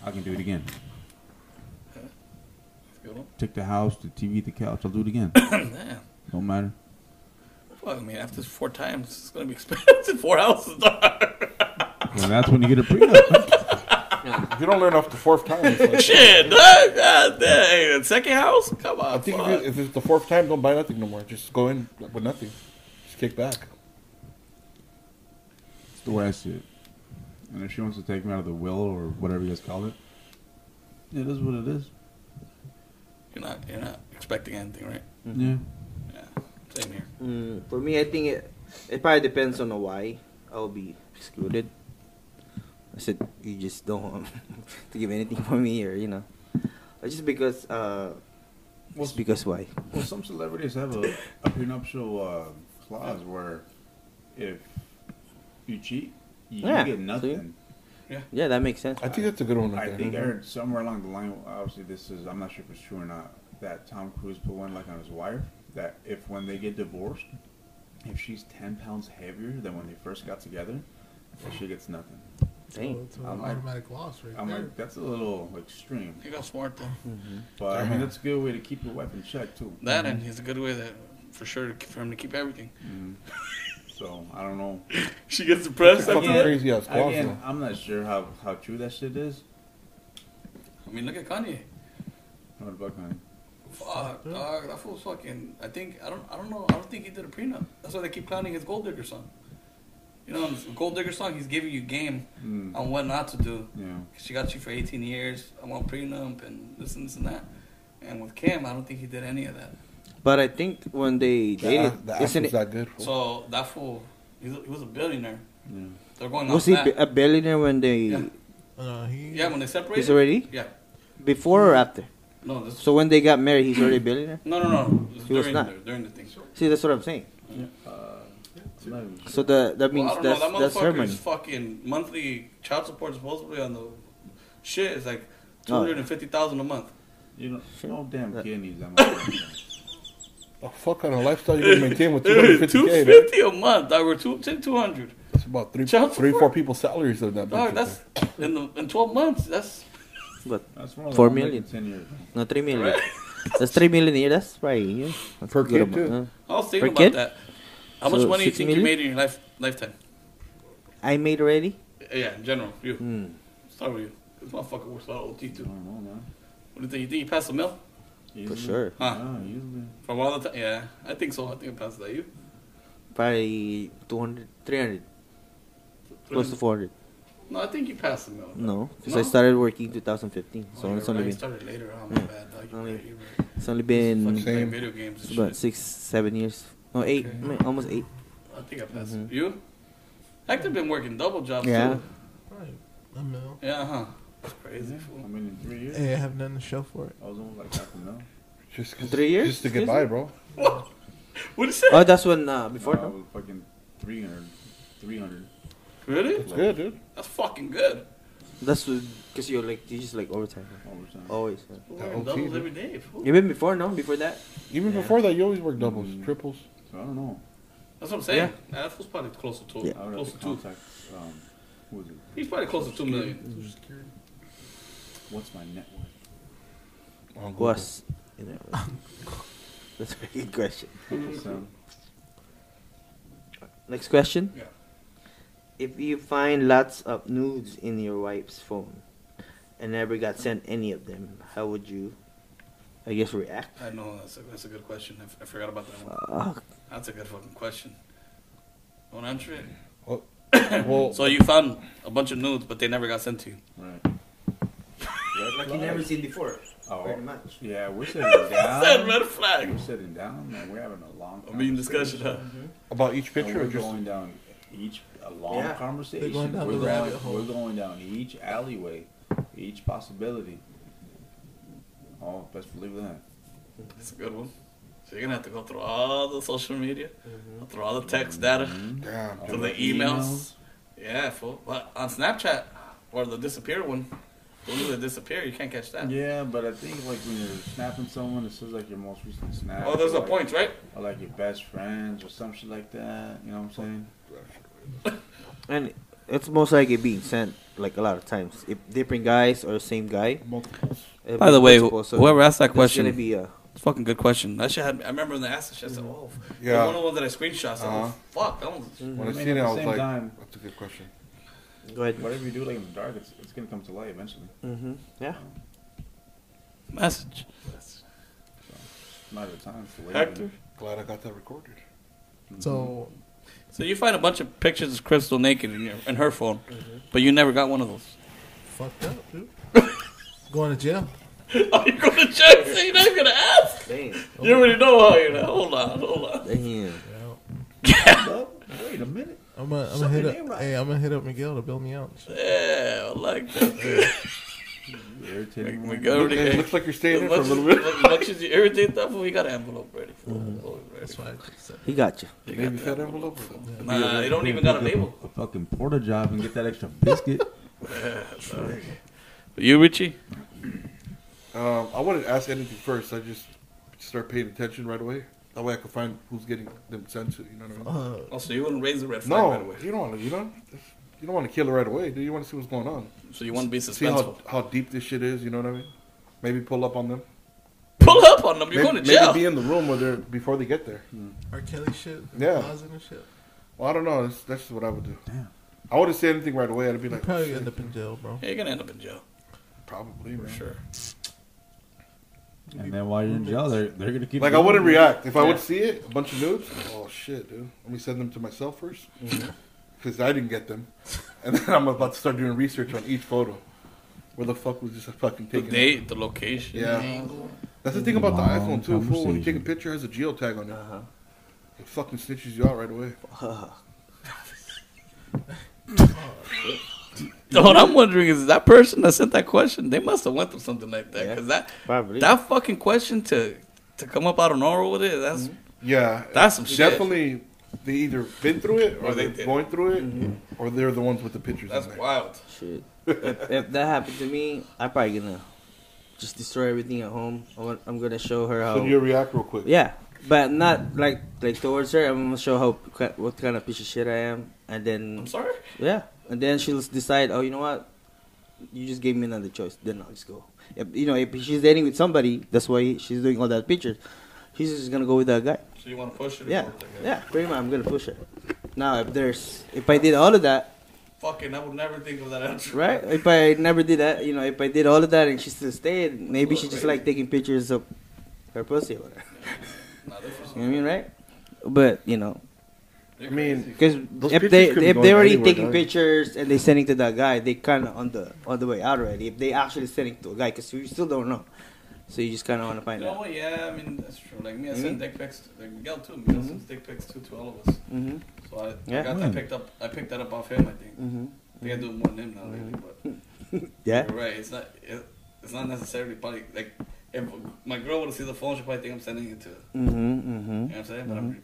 E: I can do it again.
A: Good one.
E: Take the house, the TV, the couch. I'll do it again.
A: [clears throat] Damn.
E: Don't matter.
A: Fuck, I mean, after four times, it's gonna be [laughs] expensive. Four houses.
E: And that's when you get a prenup. [laughs]
B: If you don't learn off the fourth time, it's
A: [laughs]
B: like,
A: Shit, dog. God damn. Hey, the second house? Come
B: I
A: on.
B: think if,
A: fuck.
B: you, if it's the fourth time, don't buy nothing no more. Just go in with nothing. Just kick back.
E: It's the way I see it. And if she wants to take me out of the will or whatever you guys call it, it is what it is.
A: You're not, you're not expecting anything, right?
E: Yeah.
A: Yeah. Same here.
C: Mm, for me, I think it it probably depends on the why I'll be excluded. I said you just don't want [laughs] to give anything for me, or you know, or just because uh,
E: Well,
C: just because why?
E: Well, some celebrities have a, a prenuptial uh, clause where if you cheat, you,
C: Yeah,
E: get
C: see?
E: nothing.
C: Yeah, that makes sense.
B: I think that's a good one. Right
E: I
B: there.
E: think I heard somewhere along the line. Obviously, this is I'm not sure if it's true or not. That Tom Cruise put one like on his wife that if when they get divorced, if she's ten pounds heavier than when they first got together, that she gets nothing.
D: So
C: Dang.
D: it's an
E: I'm like-
D: automatic loss right
E: I'm
D: there.
E: like that's a little extreme,
A: You got smart, though.
C: Mm-hmm.
E: but I mean that's a good way to keep your wife in check too.
A: That and he's a good way that for sure for him to keep everything. [laughs]
E: Mm. So I don't know.
A: She gets
B: That's
A: depressed.
B: a
A: I
B: fucking
E: Yeah. [laughs]
A: mean,
B: crazy ass clause.
E: Again,
B: though.
E: I'm not sure how how true that shit is.
A: I mean, look at Kanye.
E: What about Kanye?
A: Fuck, dog, that fool's fucking. I think I don't. I don't know. I don't think he did a prenup. That's why they keep clowning his gold digger song. You know, in his gold digger song, he's giving you game
E: Mm.
A: on what not to do.
E: Yeah.
A: She got you for 18 years. I want prenup and this and this and that. And with Kim, I don't think he did any of that.
C: But I think when they
B: The,
C: dated,
B: the ass
C: isn't
B: was
C: it?
B: that good. fool.
A: So that fool, he's a, he was a billionaire.
E: Yeah.
A: They're going off
C: Was he
A: that.
C: a billionaire when they
A: Yeah.
D: Uh, he,
A: yeah, when they separated.
C: he's already
A: Yeah.
C: before or after?
A: No, this.
C: So when they got married, he's already a
A: [clears throat]
C: billionaire.
A: no, no, no. It was
C: He was
A: during,
C: not.
A: the, during the thing.
C: See, that's what I'm saying.
E: Uh, I'm not even
C: So
E: sure.
C: the that means
A: well, I
C: that's
A: don't know. That
C: that's her
A: motherfucker's
C: money.
A: fucking monthly child support supposedly on the shit is like two
C: Oh.
A: hundred and fifty thousand a month.
E: you know, no damn
C: That-
E: kidneys.
C: [coughs]
E: I'm not
B: The fuck kind of lifestyle you gonna maintain with
A: [laughs] Two
B: 250k, man?
A: fifty a month. I were two two hundred.
B: That's about three,
A: Child
B: three,
A: support.
B: four people's salaries of that.
A: Dog,
B: bitch
A: that's in the in twelve months. That's
C: But
E: That's one of the
C: Four
E: ones that
C: million.
E: can Ten years.
C: no, three million. [laughs] That's three million a year. That's right. Yeah. That's
B: Per
C: good
B: kid,
C: amount,
B: too.
C: huh?
A: I was thinking
C: Per
A: about
C: kid?
A: that. How much
C: So,
A: money do you
C: six
A: think you
C: million?
A: made in your life lifetime?
C: I made already.
A: Yeah, in general, you.
C: Hmm.
A: Start with you. This motherfucker works a lot of OT
E: I
A: too.
E: don't know, man.
A: What do you think? You think you passed the mill
E: Easily.
C: sure.
E: Yeah, easily.
A: from all the time? Yeah, I think so. I think I passed that. You
C: Probably 200, 300, close to 400.
A: No, I think you passed the mill.
C: No, because
A: No?
C: I started working 2015.
A: Oh,
C: So
A: you're
C: it's only
A: right. You
C: been
A: started later. Oh my
C: Yeah.
A: bad. Dog. You're
C: Only-
A: right, you're right.
C: it's only
A: Fucking
C: been
A: play
B: Same.
A: video games. and
C: it's about
A: shit.
C: six, seven years. No, eight,
A: Okay.
C: ma- almost eight.
A: I think I passed.
C: Mhm.
A: You? I've been working double jobs
C: Yeah.
A: too.
D: Right. A mil.
A: Yeah, huh? That's
E: Yeah.
A: crazy. fool.
E: I mean, in three years,
D: Hey, I have nothing to show for it.
E: I was almost like half a mil.
B: Just,
C: Three years?
B: Just to get by, bro.
A: What did you say?
C: Oh, that's when uh, before.
E: I
C: no?
E: was fucking 300. 300.
A: Really?
B: It's good, dude.
A: That's fucking good.
C: That's because you're like you just like overtime.
E: Overtime.
C: Always. huh?
A: We're
B: The
A: working
B: OT,
A: doubles
B: dude.
A: every day. fool.
C: Even before no, before that.
B: Even
E: Yeah.
B: before that, you always work doubles,
E: Mm.
B: triples.
E: So I don't know.
A: That's what I'm saying. Nah, that fool's probably closer to
C: Yeah.
E: I would
A: close to
E: have to
A: two.
E: contact. Um, who is it?
A: He's probably close to two million.
E: What's my net
C: [laughs]
E: worth?
B: On Google.
C: Was. you know, [laughs] That's a good question.
E: Uncle Sam.
C: Next question.
A: Yeah.
C: If you find lots of nudes in your wife's phone and never got sent any of them, how would you, I guess, react?
A: I know that's a, that's a good question. I, f- I forgot about that one.
C: Fuck.
A: That's a good fucking question. Don't answer it.
B: [coughs] Well,
A: So you found a bunch of nudes, but they never got sent to you.
E: Right.
C: Like you never seen before.
E: Oh,
C: Pretty much.
E: Yeah,
C: [laughs]
E: we're sitting
A: That
E: down.
A: red flag.
E: We're sitting down, and we're having a long.
A: I mean, discussion.
E: conversation.
A: Huh?
B: about each
E: And
B: picture,
E: we're
B: or just
E: going down each a long
C: Yeah.
E: conversation.
D: They're going down
E: we're,
D: the
E: going,
D: rabbit hole.
E: we're going down each alleyway. each possibility. Oh, best believe that.
A: That's a good one. So you're gonna have to go through all the social media, through all the text data,
E: Mhm.
B: Damn.
A: Mm-hmm. through
E: All
A: the emails. Yeah, fool. But on Snapchat or the disappear one, when do they disappear? You can't catch that.
E: Yeah, but I think like when you're snapping someone, it says like your most recent snap.
A: Oh, those
E: or,
A: are
E: like-
A: points, right?
E: Or like your best friends or some shit like that. You know what I'm saying?
C: And it's most likely being sent like a lot of times. If different guys or same guy.
B: Multiples.
C: it'll
A: By
C: be
A: the way,
C: multiple, so
A: whoever asked that
C: there's
A: question,
C: gonna be a
A: it's a fucking good question. That shit had. I remember when they asked that shit. I said, "Oh, yeah."
B: Yeah.
A: One of the ones that I screenshot. I
B: Uh-huh.
A: was fuck, that one's
B: When I
E: I mean,
B: seen it,
E: at
B: I
E: the
B: was
E: same
B: like,
E: time-
B: that's a good question.
C: go ahead.
E: Whatever you do like in the dark, it's, it's gonna come to light eventually.
C: Mm-hmm. Yeah.
A: message.
E: Not at the time. It's the way
A: Hector.
B: Glad I got that recorded.
D: So
A: So you find a bunch of pictures of Crystal naked in your in her phone, but you never got one of [laughs] those.
D: fucked
E: [laughs]
D: up, dude. Going to jail.
A: Oh, you're going to jail? So you're not even gonna ask.
C: Damn.
A: You already know how you know. Hold on, hold on.
C: Damn.
D: Yeah.
E: Wait a minute.
D: I'm gonna I'm
E: Something
D: hit up.
E: ain't right.
D: Hey, I'm gonna hit up Miguel to build me out.
A: Yeah, I like that. Dude.
E: You're irritating
A: We
E: me.
A: go
B: Look-
A: already.
B: It looks like you're staying in
A: As
B: for a
A: much as,
B: little bit.
A: as much as you irritate that fool, you got an envelope ready. For
D: That's why I just said.
C: He got you.
A: You
B: Maybe
A: got
B: fat
A: that.
B: envelope. or something.
A: Nah, Uh, they don't even got a label.
E: A fucking porter job and get that extra biscuit.
A: You, Richie?
B: Um, I wouldn't ask anything first. I just start paying attention right away. That way I can find who's getting them sent to. You know what I mean?
D: Uh,
A: Also, you wouldn't raise the red flag
B: no,
A: right away.
B: you don't want to. You don't. You don't want to kill it right away, dude. You want to see what's going on.
A: So you wouldn't be
B: See how,
A: suspenseful.
B: how deep this shit is. You know what I mean? Maybe pull up on them.
A: Pull up on them. You're
B: maybe,
A: going to jail.
B: Maybe be in the room where they're before they get there.
D: R. Kelly shit.
B: Yeah.
D: Closet and shit.
B: Well, I don't know. That's, that's what I would do.
E: Damn.
B: I wouldn't say anything right away. I'd be
D: You
B: like,
D: probably
B: "Shit,
D: end up in jail,
A: [laughs]
D: bro.
A: yeah, you're going to end up in jail.
B: probably,
A: For
B: man.
A: sure.
E: And then while you're in jail, they're, they're gonna keep.
B: Like I wouldn't
E: doing it.
B: react if I would
A: Yeah.
B: see it. A bunch of nudes. Oh shit, dude. Let me send them to myself first,
A: Mm-hmm.
B: because I didn't get them. [laughs] And then I'm about to start doing research on each photo. Where the fuck was this fucking
A: The
B: taken?
A: date, the location.
B: Yeah. That's the thing about the
E: Long
B: iPhone too. Fool, when you take a
E: conversation.
B: picture, it has a geotag on it.
A: Uh-huh.
B: It fucking snitches you out right away.
A: So what I'm wondering is that person that sent that question, they must have went through something like that.
C: Yeah.
A: Because that,
C: Probably.
A: that fucking question to to come up out of nowhere with it, that's
C: Mm-hmm.
B: Yeah,
A: That's some shit.
B: definitely. They either been through it, or,
A: Or they
B: they are
A: did.
B: going through it, or they're the ones with the pictures.
A: that's
B: in there.
A: wild.
C: Shit. if, if that happened to me, I'm probably gonna just destroy everything at home. I want, I'm gonna show her how.
B: So you react real quick.
C: yeah, but not like like towards her. I'm gonna show how ki- what kind of piece of shit I am, and then
A: I'm sorry.
C: yeah, and then she'll decide. Oh, you know what? You just gave me another choice. Then I'll just go. If, you know, if she's dating with somebody, that's why she's doing all that pictures. She's just gonna go with that guy.
A: So you want to push it? or
C: Yeah,
A: go with it?
C: yeah. Pretty much, I'm gonna push her. Now, if there's, if I did all of that,
A: Fucking, I would never think of that answer.
C: Right? If I never did that, you know, if I did all of that and she still stayed, maybe she just like taking pictures of her pussy or whatever.
A: Nah, this was-
C: You know what I mean, right? But you know,
B: I mean,
C: because
B: Those
C: if
B: pictures
C: they
B: could be
C: if
B: going
C: they're already
B: anywhere,
C: taking
B: dog.
C: pictures and they sending to that guy, they kind of on the on the way out already. If they actually sending to a guy, because you still don't know, so you just kind of want to find
A: No,
C: out.
A: yeah, I mean that's true. Like me, I
C: Mhm.
A: sent dick pics. To, like Miguel too. Miguel sends dick pics too to all of us.
C: Mm-hmm.
A: So I, I
C: Yeah.
A: got that
E: Mm.
A: picked up. I picked that up off him. I think.
C: Mm-hmm.
A: I think I do more than him now, really. But
C: Yeah.
A: you're right. It's not. It, it's not necessarily probably like if my girl would see the phone, she probably think I'm sending it to. her.
C: Mm-hmm.
A: You know what I'm saying? But I'm re-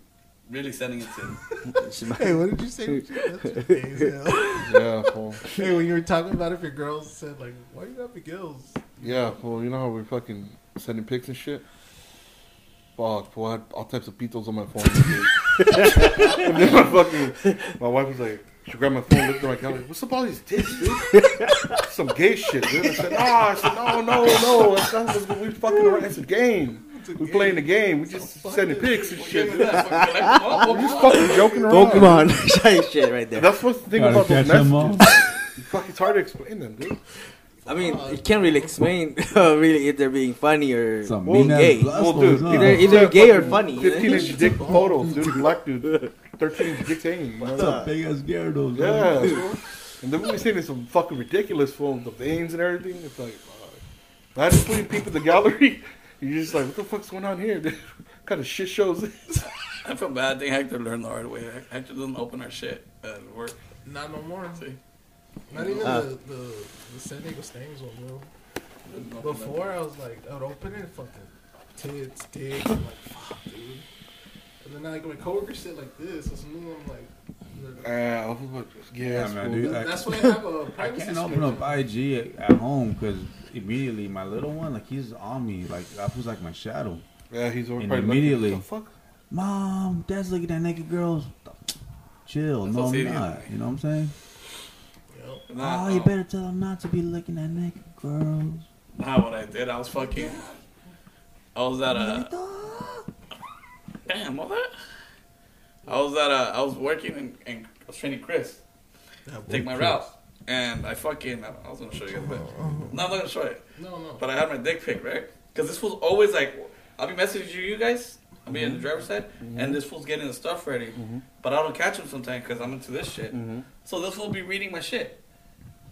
A: really sending it to. [laughs]
C: Mm-hmm.
D: [laughs] Hey, what did you say? That's crazy, hell.
B: yeah, fool.
D: hey, [laughs] when you were talking about if your girls said like, "Why you got Miguel's?"
B: Yeah, well, you know how we're fucking sending pics and shit? Fuck, boy, I had all types of pitos on my phone. and then my fucking, my wife was like, she grabbed my phone, looked at my camera, like, what's up all these dicks, dude? Some gay shit, dude. I said, nah, I said, no, no, no, that's not what's we fucking around. It's a game. we playing the game. We just sending pics and shit.
A: Even that, fucking, like, what?
B: We're just fucking joking around.
C: Pokemon. [laughs] Shit, right there.
B: That's what's the thing
E: Gotta
B: about those
E: catch 'em all.
B: messages. Fuck, it's hard to explain them, dude.
C: I mean, you can't really explain [laughs] really if they're being funny or
E: Some
C: being
E: mean
C: gay.
E: ass
B: Well,
E: blast
B: dude,
E: doors,
C: Either,
E: huh?
C: either gay or funny. you know?
B: 15 inch
C: [laughs]
B: dick photos, dude. Black dude. 13 inch dick hanging. you know?
E: What's up, big ass Gyarados?
B: Yeah. and then we were seeing some fucking ridiculous films, the veins and everything. It's like, uh, imagine putting people in the gallery. [laughs] You're just like, what the fuck's going on here, dude? [laughs] What kind of shit shows [laughs] this?
A: I feel bad. I think Hector learned the hard way. Hector doesn't open our shit at work.
D: Not no more.
A: See?
D: Not even
C: Uh.
D: the, the the San Diego Stangers one, bro. Before I was like, I would open it, and fucking tits, tits, I'm like, fuck, dude. And then like my coworker said like this, or something. I'm like,
B: Ah, open book.
E: Yeah,
B: Yes,
E: man,
B: fool.
E: dude. I-
D: that's when I have a
E: I
D: privacy.
E: can't open
D: screen.
E: up IG at, at home because immediately my little one, like he's on me, like that was like my shadow.
B: Yeah, he's over
E: And
B: probably
E: immediately-
B: Looking, what the fuck?
E: Mom, dad's looking at naked girls. Chill,
A: That's
E: no,
A: what's
E: I'm
A: idiot.
E: not. You know what I'm saying?
D: Yep.
A: Nah, uh-uh.
E: oh, you better tell him not to be looking at naked girls.
A: Nah, what I did, I was fucking. I was at a. Damn, what? the- I was at a. I was working and, and I was training Chris. to Take my route. And I fucking. I was gonna show you guys, but. No, I'm not gonna show it.
D: No, no.
A: But I had my dick pic, right? Because this fool's always like, I'll be messaging you, you guys. I'll be on the driver's side, and this fool's getting the stuff ready. But I don't catch him sometimes because I'm into this shit. So this fool be reading my shit.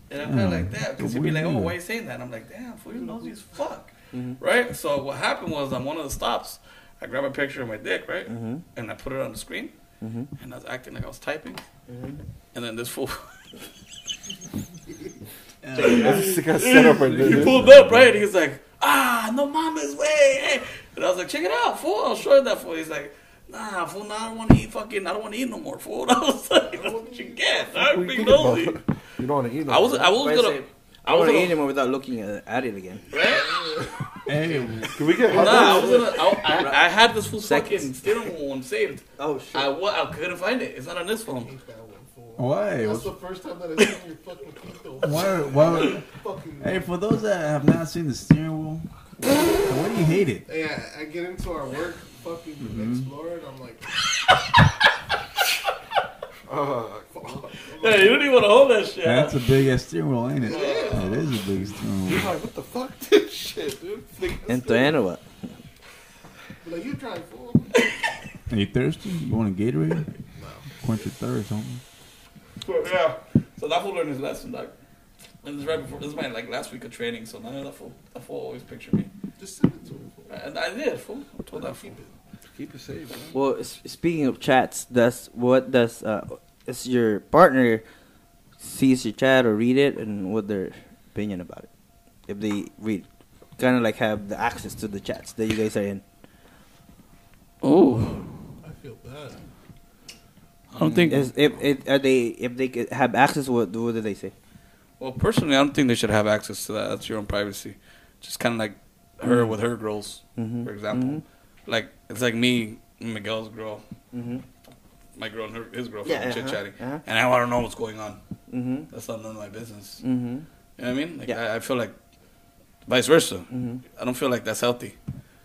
A: And I'm kind of
E: Yeah.
A: like that because he'd
E: But
A: be
E: what
A: like,
E: do you
A: oh,
E: mean?
A: why you saying that? And I'm like, damn, fool, you nosy as fuck. Right? So what happened was on one of the stops, I grabbed a picture of my dick, right? And I put it on the screen, and I was acting like I was typing. And then this fool. [laughs]
B: That's a sick ass setup right there.
A: He
B: dude.
A: pulled up, right? He's like, ah, no mama's way. Hey. And I was like, check it out, fool. I'll show you that fool. He's like, nah, fool, nah, I don't want to eat fucking, I don't want to eat no more, fool. [laughs] And I was like, that's what you get, dog.
B: What you
A: Big
B: thinking about?
A: nosy.
B: You don't want to eat.
A: I was, I was
C: Wait a
A: gonna,
C: sec.
A: I
C: I
A: was
C: want to
A: gonna,
C: eat anymore without looking at at it again.
E: Hey,
B: Can we
A: [laughs]
B: get
A: nah,
B: hot
A: I
B: dogs?
A: was gonna,
C: [laughs]
A: I, I, I had this fool's
C: Seconds.
A: fucking steering one saved.
C: Oh shit!
A: I, wa- I couldn't find it. It's not on this phone.
D: Ain't that one fool.
E: why?
D: That's the first time that I seen your
E: [laughs]
D: fucking pito.
E: Why? Why?
D: Fucking.
E: Hey, for those that have not seen the steering wheel, why do you hate it?
D: Yeah, I get into our work, fucking Explorer, and I'm like,
B: Uh,
A: Yeah, you don't even want to hold that shit.
E: That's a big ass steering wheel, ain't it? It is a big steering
B: He's
E: wheel.
B: like, what the fuck, [laughs] dude? Shit, dude. Like,
C: and to end or eh, what?
D: like you drive fool.
E: Are you thirsty? You want a Gatorade? No. Quench your thirst, homie.
A: Yeah. So that fool learned his lesson, dog. And this is right before, this is my like last week of training, so now that fool, that fool always picture me.
D: Just send it to him. fool.
A: And I did, fool. I told that fool.
B: keep it safe, man.
C: Well, s- speaking of chats, that's what does uh, is your partner sees your chat or read it, and what their opinion about it? If they read, kind of like have the access to the chats that you guys are in.
A: Oh,
D: I feel bad.
A: I don't think.
C: Is, if it, are they if they could have access, what what do they say?
A: Well, personally, I don't think they should have access to that. That's your own privacy. Just kind of like
C: Mm-hmm.
A: her with her girls,
C: Mhm.
A: for example.
C: Mhm.
A: Like it's like me, and Miguel's girl,
C: Mm-hmm.
A: my girl and her, his girl,
C: Yeah, uh-huh,
A: chit chatting,
C: uh-huh.
A: and I want to know what's going on.
C: Mm-hmm.
A: That's not none of my business.
C: Mm-hmm.
A: You know what I mean? Like
C: Yeah.
A: I, I feel like vice versa.
C: Mhm.
A: I don't feel like that's healthy.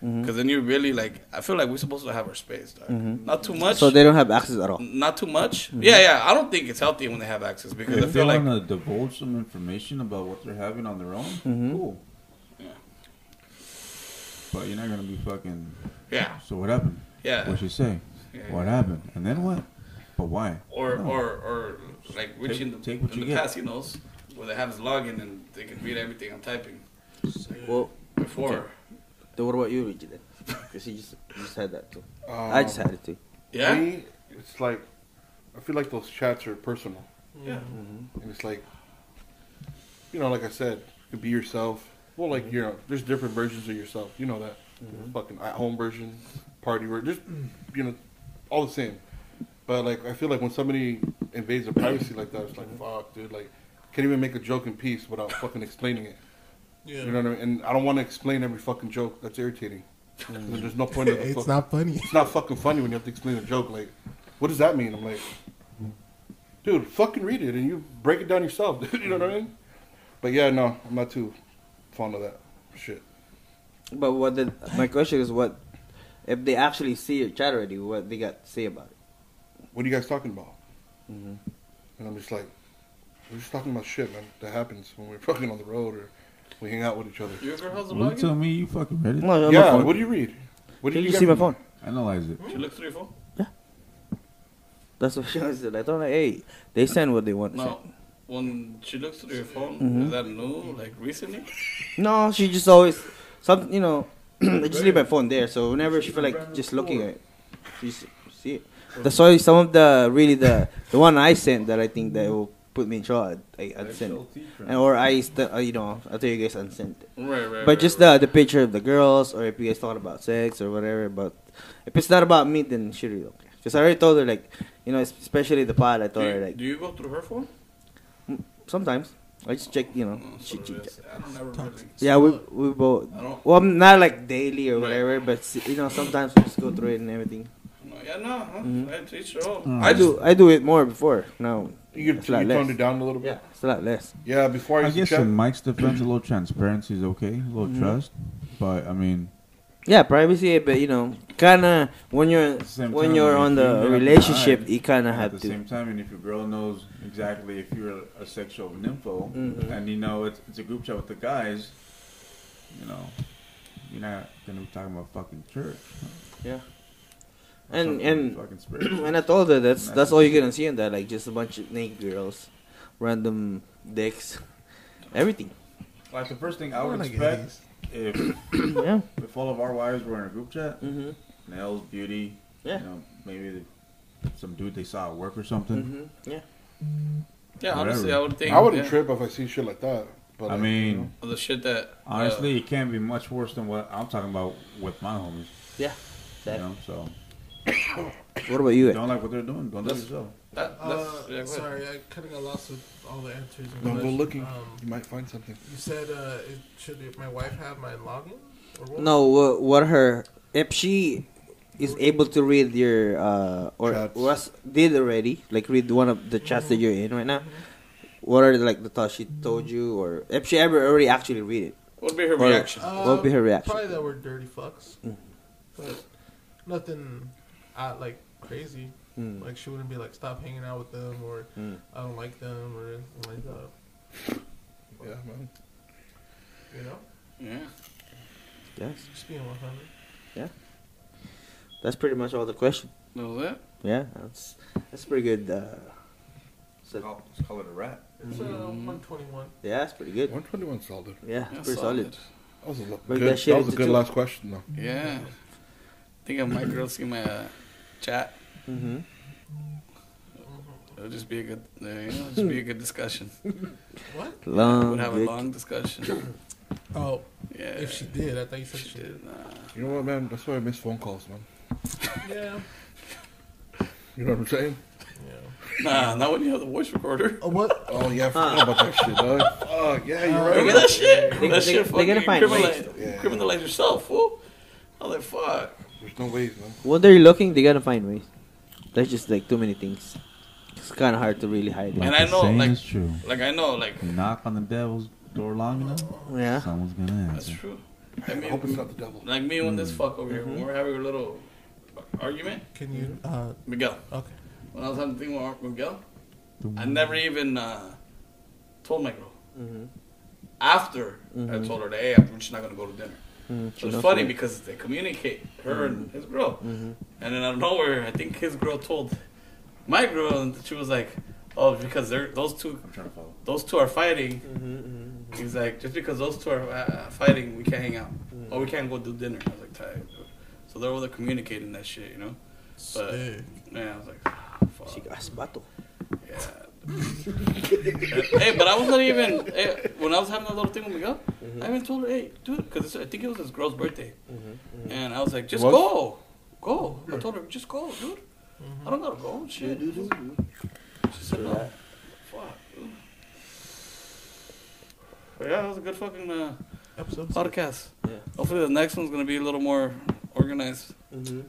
C: Mhm.
A: Because then you really like. I feel like we're supposed to have our space, dog.
C: Mhm.
A: Not too much.
C: So they Mm-hmm. don't have access at all.
A: not too much. Yeah, yeah. I don't think it's healthy when they have access because I
E: If they
A: feel like
E: want to divulge some information about what they're having on their own,
C: Mhm.
E: cool.
A: Yeah.
E: But you're not gonna be fucking.
A: yeah,
E: So what happened?
A: yeah.
E: What you say?
A: yeah.
E: What happened? And then what? But why?
A: or
E: No.
A: or or like Richie in the,
E: take what
A: in
E: you
A: the
E: get.
A: casinos where they have his login and they can read everything I'm typing
C: Well,
A: before.
C: Okay. then what about you, Richie? Then, [laughs] because you just you just had that too.
B: Um,
C: I just had it too.
A: Yeah,
B: Me, it's like, I feel like those chats are personal. Mm-hmm.
A: yeah.
B: And it's like, you know, like I said, you could be yourself. Well, like,
A: Mm-hmm.
B: you know, there's different versions of yourself. You know that. Fucking at home version, party version. Just, you know, all the same. But, like, I feel like when somebody invades their privacy like that, it's like,
A: Mm-hmm.
B: fuck, dude. Like, can't even make a joke in peace without fucking explaining it.
D: Yeah.
B: You know what I mean? And I don't want to explain every fucking joke. That's irritating.
A: Mm-hmm.
B: There's no point of the
D: [laughs] it's
B: fuck- [laughs]
D: not funny.
B: it's not fucking funny when you have to explain a joke. Like, what does that mean? I'm like, dude, fucking read it and you break it down yourself. [laughs] Dude, you know what I mean? But yeah, no, I'm not too fond of that shit.
C: But what did my question is what if they actually see your chat already? What they got to say about it?
B: What are you guys talking about? And I'm just like, we're just talking about shit, man. That happens when we're [laughs] fucking on the road or we hang out with each other.
A: Your girl has a
E: Well, you tell
A: login.
E: me you fucking read it.
C: No,
B: yeah, what do you read? What do
C: Can you
B: get
C: see my
B: from
C: phone?
B: that?
E: Analyze it.
A: She looks three four.
C: That's what she said. I thought, hey, they send what they want. to
A: No, when she looks through your phone,
C: Mm-hmm.
A: is that new? Like recently?
C: send. no, she just always some. You know, [clears throat] I just leave my phone there. So whenever she feel like just looking at it, she s- see it. That's why some of the really the the one I sent that I think that will put me in trouble, I, I unsend it. And, or I, st- uh, you know, I tell you guys unsend it.
A: Right, right.
C: But just the the picture of the girls, or if you guys thought about sex or whatever. But if it's not about me, then she really don't care. Because I already told her, like, you know, es- especially the pod, I
A: Do
C: told her,
A: you,
C: like,
A: do you go through her phone?
C: sometimes I just check, you know,
A: Oh,
C: she,
A: so
C: she,
A: it is. I don't ever really.
C: yeah, we we both.
A: I don't.
C: Well, not like daily or
A: Right.
C: whatever, but s- you know, sometimes we just go through it and everything.
A: No, yeah, no. Huh?
C: Mhm.
A: I teach her all.
E: Mm.
C: I do, I do it more before now.
B: You could
C: it's
B: you
C: a lot
B: toned
C: less.
B: it down a little bit.
C: Yeah, it's a lot less.
B: Yeah, before I
E: I
B: used to
E: guess
B: check.
E: in Mike's defense, a little transparency is okay, a little
C: Mhm.
E: trust, but I mean,
C: Yeah, privacy, but you know, kind of when you're
E: Same
C: when
E: time,
C: you're
E: if
C: on
E: you get up
C: the
E: at
C: relationship,
E: night,
C: you kind of
E: at
C: have
E: the
C: to.
E: same time, and if your girl knows exactly if you're a sexual nympho,
C: Mhm.
E: and you know it's, it's a group chat with the guys, you know, you're not gonna be talking about fucking church.
C: Yeah.
E: Or
C: And-
E: something
C: and-
E: fucking spiritual.
C: [clears throat] and I told her that's
E: That's
C: that's all you're
E: insane.
C: gonna see in that, like just a bunch of naked girls, random dicks, everything.
E: like the first thing I
D: We're
E: would
D: not
E: expect if
C: yeah.
E: if all of our wives were in a group chat,
C: Mm-hmm.
E: nails, beauty,
C: Yeah.
E: you know, maybe the, some dude they saw at work or something.
C: Mm-hmm. Yeah.
A: Yeah, honestly,
E: Whatever.
A: I would think.
B: I wouldn't
A: yeah,
B: trip if I see shit like that.
C: Mm-hmm.
B: But
E: I
B: like,
E: mean,
B: you know,
A: of the shit that. uh,
E: honestly, it can't be much worse than what I'm talking about with my homies.
C: Yeah.
E: You
C: That-
E: know, so
C: What about you? Ed?
E: don't like what they're doing. Don't do it
A: That's-
E: yourself.
A: that,
D: Uh,
A: that's, yeah, go ahead.
D: sorry, I kind of got lost with all the answers. and
B: Don't go
D: questions.
B: looking.
D: Um,
B: you might find something.
D: you said uh, it, should my wife have my login? Or what?
C: No, what, what her if she is able to read your uh or
B: Chats.
C: was did already like read one of the chats that you're in right now. What are like the thoughts she told you, or if she ever already actually read it?
A: What would be her
C: Well,
A: reaction?
D: Uh,
C: What would be her reaction?
D: Probably that we're dirty fucks.
C: Mm.
D: But nothing uh, like crazy.
C: Mm.
D: Like she wouldn't be like, stop hanging out with them or
C: Mm.
D: I don't like them or anything like that.
B: Yeah, man.
D: You know?
A: yeah.
C: Yes,
D: Just being 100.
C: that's pretty much all the question.
A: Know that?
C: Yeah, that's that's pretty good. Uh, so-
E: Call, just call it a wrap.
D: It's uh, 121.
C: yeah, that's pretty good.
B: One twenty one solid.
C: Yeah,
A: Yeah,
C: pretty solid.
B: That was a lo-
C: But
B: good.
C: that shit
B: That was
C: is
B: a good
C: too-
B: last question though.
A: Yeah. I think I might girl see my uh, chat.
C: Mm-hmm.
A: It'll just be a good, uh, you know, it'll just be a good
B: [laughs]
A: discussion.
B: Oh,
D: What?
C: Long.
A: we'll have a
C: dick.
A: long discussion.
B: [laughs]
D: Oh,
A: Yeah.
D: if she did, I thought you said she,
A: she
D: did.
A: did, nah.
B: You know what, man? That's why I miss phone calls, man.
D: Yeah.
B: You know what I'm saying?
D: Yeah.
A: nah, not when you have the voice recorder.
D: Uh, what?
B: Oh yeah, I forgot about that shit, dog. [laughs] Oh yeah,
D: Uh,
B: you're
A: Look
B: right.
A: at that shit.
C: They-
A: that
C: they-
A: shit
C: they
A: fucking
C: gotta find
A: criminalize,
B: ways. Yeah.
A: criminalize yourself, fool. I was like, fuck.
B: There's no ways, man.
C: When they're looking, they gotta find ways. There's just like too many things. It's kind of hard to really hide.
A: And
E: Like
A: I
E: the
A: know,
E: saying
A: like-
E: is true.
A: Like, I know, like,
E: You knock on the devil's door long enough,
C: Yeah.
E: someone's gonna
A: that's
E: answer.
A: true.
B: Mm-hmm. I
A: I
B: hope it's
A: mean,
B: not Mm-hmm. the devil.
A: like me and this
E: Mm.
A: fuck over here, when we're having a little argument,
D: Can you? Uh,
A: Miguel.
D: okay.
A: When I was having a thing with Miguel, I never even uh, told my girl.
C: Mhm.
A: After I
C: Mhm.
A: told her that, hey, I'm just not gonna go to dinner.
C: Mm,
A: So
C: enough
A: it's funny
C: of it.
A: because they communicate, her and his girl.
C: Mhm.
A: And then out of nowhere, I think his girl told my girl, and she was like, "Oh, because they're those two,
E: I'm trying to follow.
A: those two are fighting."
C: Mhm, mhm.
A: He's like, "Just because those two are uh, fighting, we can't hang out, or we can't go do dinner." I was like, "Tired." So they're over there communicating that shit, you know? But-
D: Sick.
A: Yeah, I was like, "Fuck."
C: Chicas, vato.
A: Yeah. [laughs] hey, but I was not even hey, when I was having that little thing with Miguel. I even told her, "Hey, dude," because I think it was his girl's birthday, and I was like, "Just
B: What?
A: go, go." I told her, "Just go, dude. I don't gotta go." and Shit. She said, "No." Fuck. dude. But yeah, that was a good fucking uh,
D: Episode six.
A: podcast.
C: Yeah.
A: Hopefully, the next one's gonna be a little more organized.
D: We always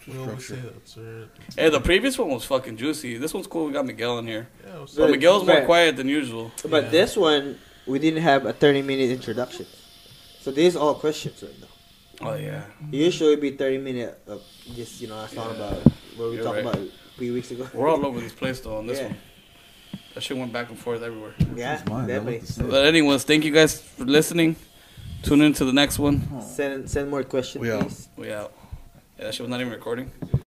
D: say
B: Structure.
D: that's right.
A: Hey, the previous one was fucking juicy. This one's cool. We got Miguel in here.
D: Yeah, what's
A: So
C: Right,
A: Miguel's more
C: right.
A: quiet than usual.
C: But
D: Yeah.
C: this one, we didn't have a 30 minute introduction. So these all questions right now.
A: Oh yeah.
C: Usually it'd be 30 minute of just, you know, I thought
A: Yeah.
C: about what we
A: You're
C: talked
A: right.
C: about three weeks ago.
A: We're all over this place though on this
C: Yeah.
A: one. That shit went back and forth everywhere.
C: Yeah,
E: That's mine. That
C: definitely.
E: looked the same.
A: But anyways, thank you guys for listening. Tune in to the next one.
E: Oh.
C: Send, send more questions,
B: We out.
C: please.
A: We out. Yeah, that shit was not even recording.